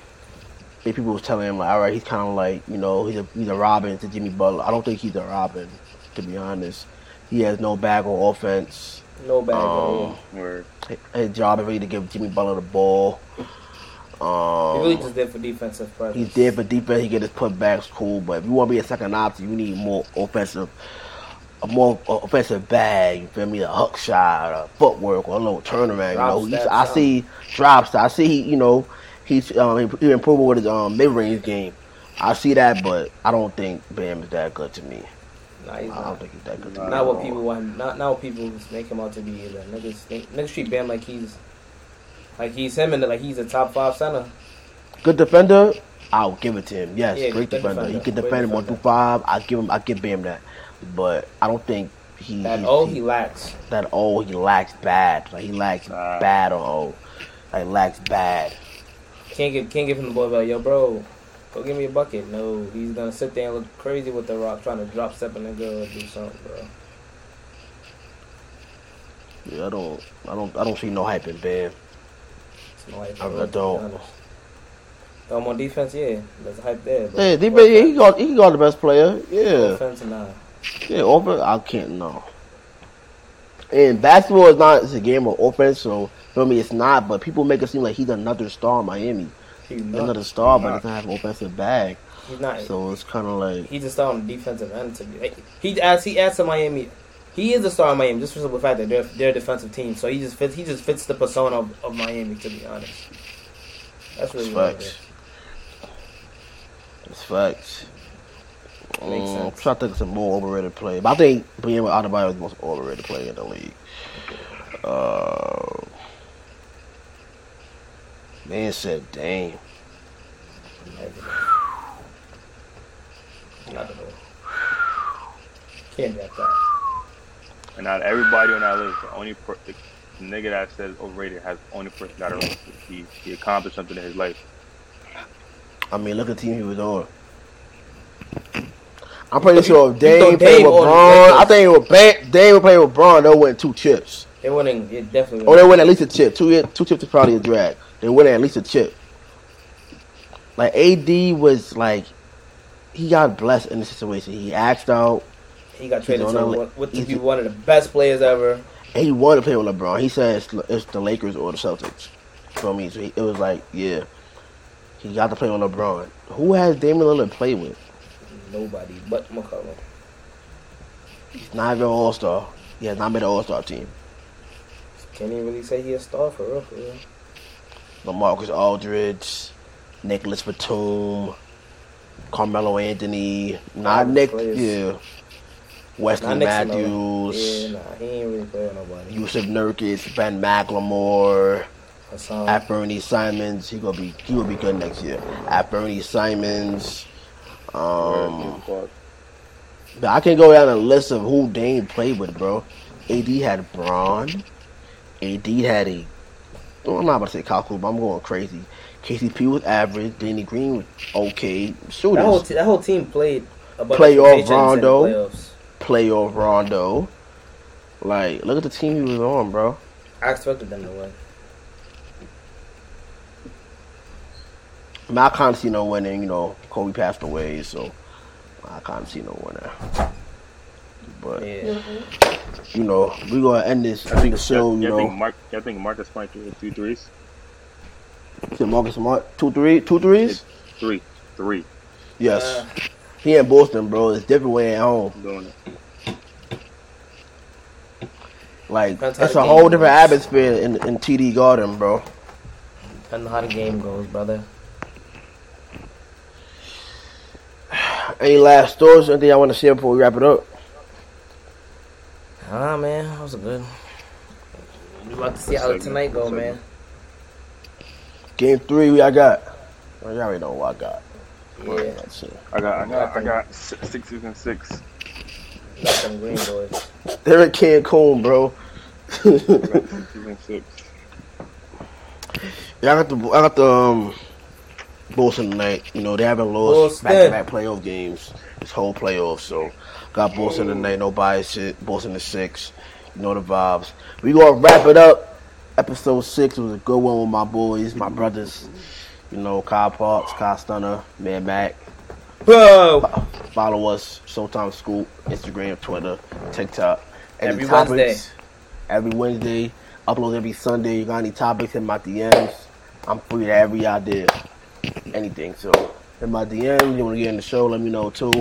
And people was telling him like, all right, he's kind of like, you know, he's a he's a Robin to Jimmy Butler. I don't think he's a Robin, to be honest. He has no bag on offense.
No bad.
Um,
where
his job is really to give Jimmy Butler the ball.
he
Um,
really just there for defensive presence.
He's there for defense. He get his putbacks, cool. But if you want to be a second option, you need more offensive, a more offensive bag. You feel me? A hook shot, a footwork, or a little turnaround.
Drop
you know, he's,
steps,
I
huh?
see drops. I see he, you know, he's um, he improving with his um, mid range game. I see that, but I don't think Bam is that good to me.
Nah, he's
I don't
not.
think he's that good to me.
Not what
at all.
people want. Not not what people make him out to be either. Niggas think- niggas treat Bam like he's like he's him and like he's a top five center.
Good defender, I'll give it to him. Yes,
Yeah,
great
good
defender. He
defender.
can
Great
defend one through
defender.
five. I give him. I give Bam that, but I don't think he
That
he's-
all he lacks.
that oh he lacks bad like he lacks
Uh.
bad on oh like lacks bad
Can't give can't give him the ball. But yo, bro, go give me a bucket. No, he's gonna sit there and look crazy with the rock, trying to drop step in the girl or do something, bro.
yeah, I don't I don't I don't see no hype in Bam
It's no hype,
I
bro, to be
don't.
honest. Um, on defense, yeah, there's hype there. But
yeah he, yeah, he got he got the best player yeah
Offense, nah.
yeah over I can't know and basketball is not it's a game of offense so feel me it's not but people make it seem like he's another star in Miami
He's
He's another
not.
star but
Nah.
doesn't have an offensive bag
He's not.
so it's kind of like
He's a star on the defensive end. To be, he adds he adds to Miami. He is a star in Miami just for the simple fact that they're they're a defensive team. So he just fits he just fits the persona of, of Miami. To be honest,
it's
that's really what it
facts
is.
it's facts.
Makes
Um, I'm
sense.
trying to think of some more overrated play, but I think Bam Adebayo is the most overrated player in the league. Uh, man said, "Damn,
Not at all. Can't get that.
and not everybody on that list. The only per- the, the nigga that says overrated has only person got it. He he accomplished something in his life.
I mean, look at the team he was on. I'm pretty sure if
you throw
Dame played
Dame
with
on the
Braun, I
Lakers.
think it was ba- Dame would play with Braun. They'll win two chips,
They wouldn't. It definitely.
or Oh, they win at least a chip. Two year- two chips is probably a drag. They win at least a chip. Like AD was like, he got blessed in the situation. He axed out.
He got traded
He's
to
on the-
what- what to
he's-
be one of the best players ever.
And he wanted to play with LeBron. He said it's, it's the Lakers or the Celtics. For me, so he, it was like, yeah, he got to play with LeBron. Who has Damian Lillard play with?
Nobody but McCollum.
He's not even an All Star. He has not made an All Star team.
Can't even really say he a star for real. For real.
LaMarcus Aldridge, Nicholas Batum, Carmelo Anthony, not
All
Nick,
players.
yeah, Wesley
Not Nixon, though. Yeah,
Matthews,
nah, he ain't really playing nobody.
Yusuf Nurkic, Ben McLemore,
Hassan.
at Bernie Simons. He gonna be he will be good next year. At Bernie Simons. Um, but I can go down a list of who Dame played with, bro. AD had Braun. AD had a. Well, I'm not about to say Kaku, but I'm going crazy. KCP was average. Danny Green was okay.
that whole
Shooters.
te- that whole team played. a bunch
Playoff
of rotations in the
Rondo.
playoffs.
Playoff Rondo. Like, look at the team he was on, bro.
I expected them to win.
I mean, I can't see no winning. You know, Kobe passed away, so I can't see no winner. But
Yeah.
you know, we gonna end this big show. You
y'all think
know,
Mark? Y'all think Marcus playing through two threes?
Is it Marcus Smart two three two threes.
Three, three.
Yes,
Uh,
he in Boston, bro. It's different way at home.
I'm doing it.
Like
Depends how
it's
the
a
game
whole different
goes.
atmosphere in, in TD Garden, bro.
depends on how the game goes, brother.
Any last thoughts? Anything I want to share before we wrap it up?
Ah man, that was a good. We about to see how
Segment,
tonight go,
segment.
man.
Game three, we I got. Well, y'all already know who I got.
Yeah,
That's it.
I got, I got, I got six, six and six.
we got some green boys.
They're in Cancun, bro. [LAUGHS]
I got six and six.
Yeah, I got the I got the um, Boston tonight. You know they haven't lost
Boston.
back to back playoff games this whole playoff. So got Boston tonight. No bias shit. Boston is six. You know the vibes. We gonna wrap it up. Episode six was a good one with my boys, my brothers. You know Kyle Parks, Kyle Stunner, Man Mac.
Bro,
Follow us. Showtime School, Instagram, Twitter, TikTok. Any
Every Wednesday.
Every Wednesday. Upload every Sunday. You got any topics in my DMs? I'm free to every idea. Anything. So in my DMs, you want to get in the show, let me know too.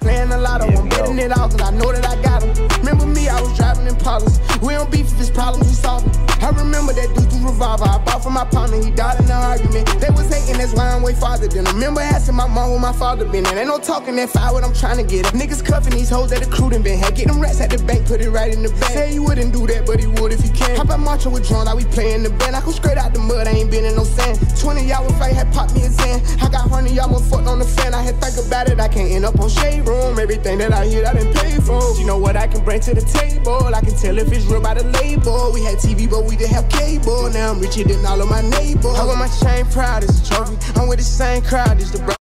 Playing a lot of
Yeah,
them,
bro.
getting it out, cause I know that I got 'em. Remember me, I was driving in Paulus. We don't beef if it's problems, we solve 'em. I remember that dude through revolver. I bought from my partner, he died in an argument. They was hating, that's why I'm way farther than them. Remember asking my mom where my father been at. Ain't no talking that fire, what I'm trying to get. at. Niggas cuffing these hoes that the crew done been had. Get them rats at the bank, put it right in the bag. Say he wouldn't do that, but he would if he can. How about marching with drones, I we playing the band. I come straight out the mud, I ain't been in no sand. 20 y'all if I had popped me a Zan. I got 100 y'all more fucked on the fan. I had think about it, I can't end up on shade room. Everything that I hear, I done paid for. You know what I can bring to the table? I can tell if it's real by the label. We had TV, but we didn't have cable. Now I'm richer than all of my neighbors. I wear my chain proud as a trophy. I'm with the same crowd as the bro.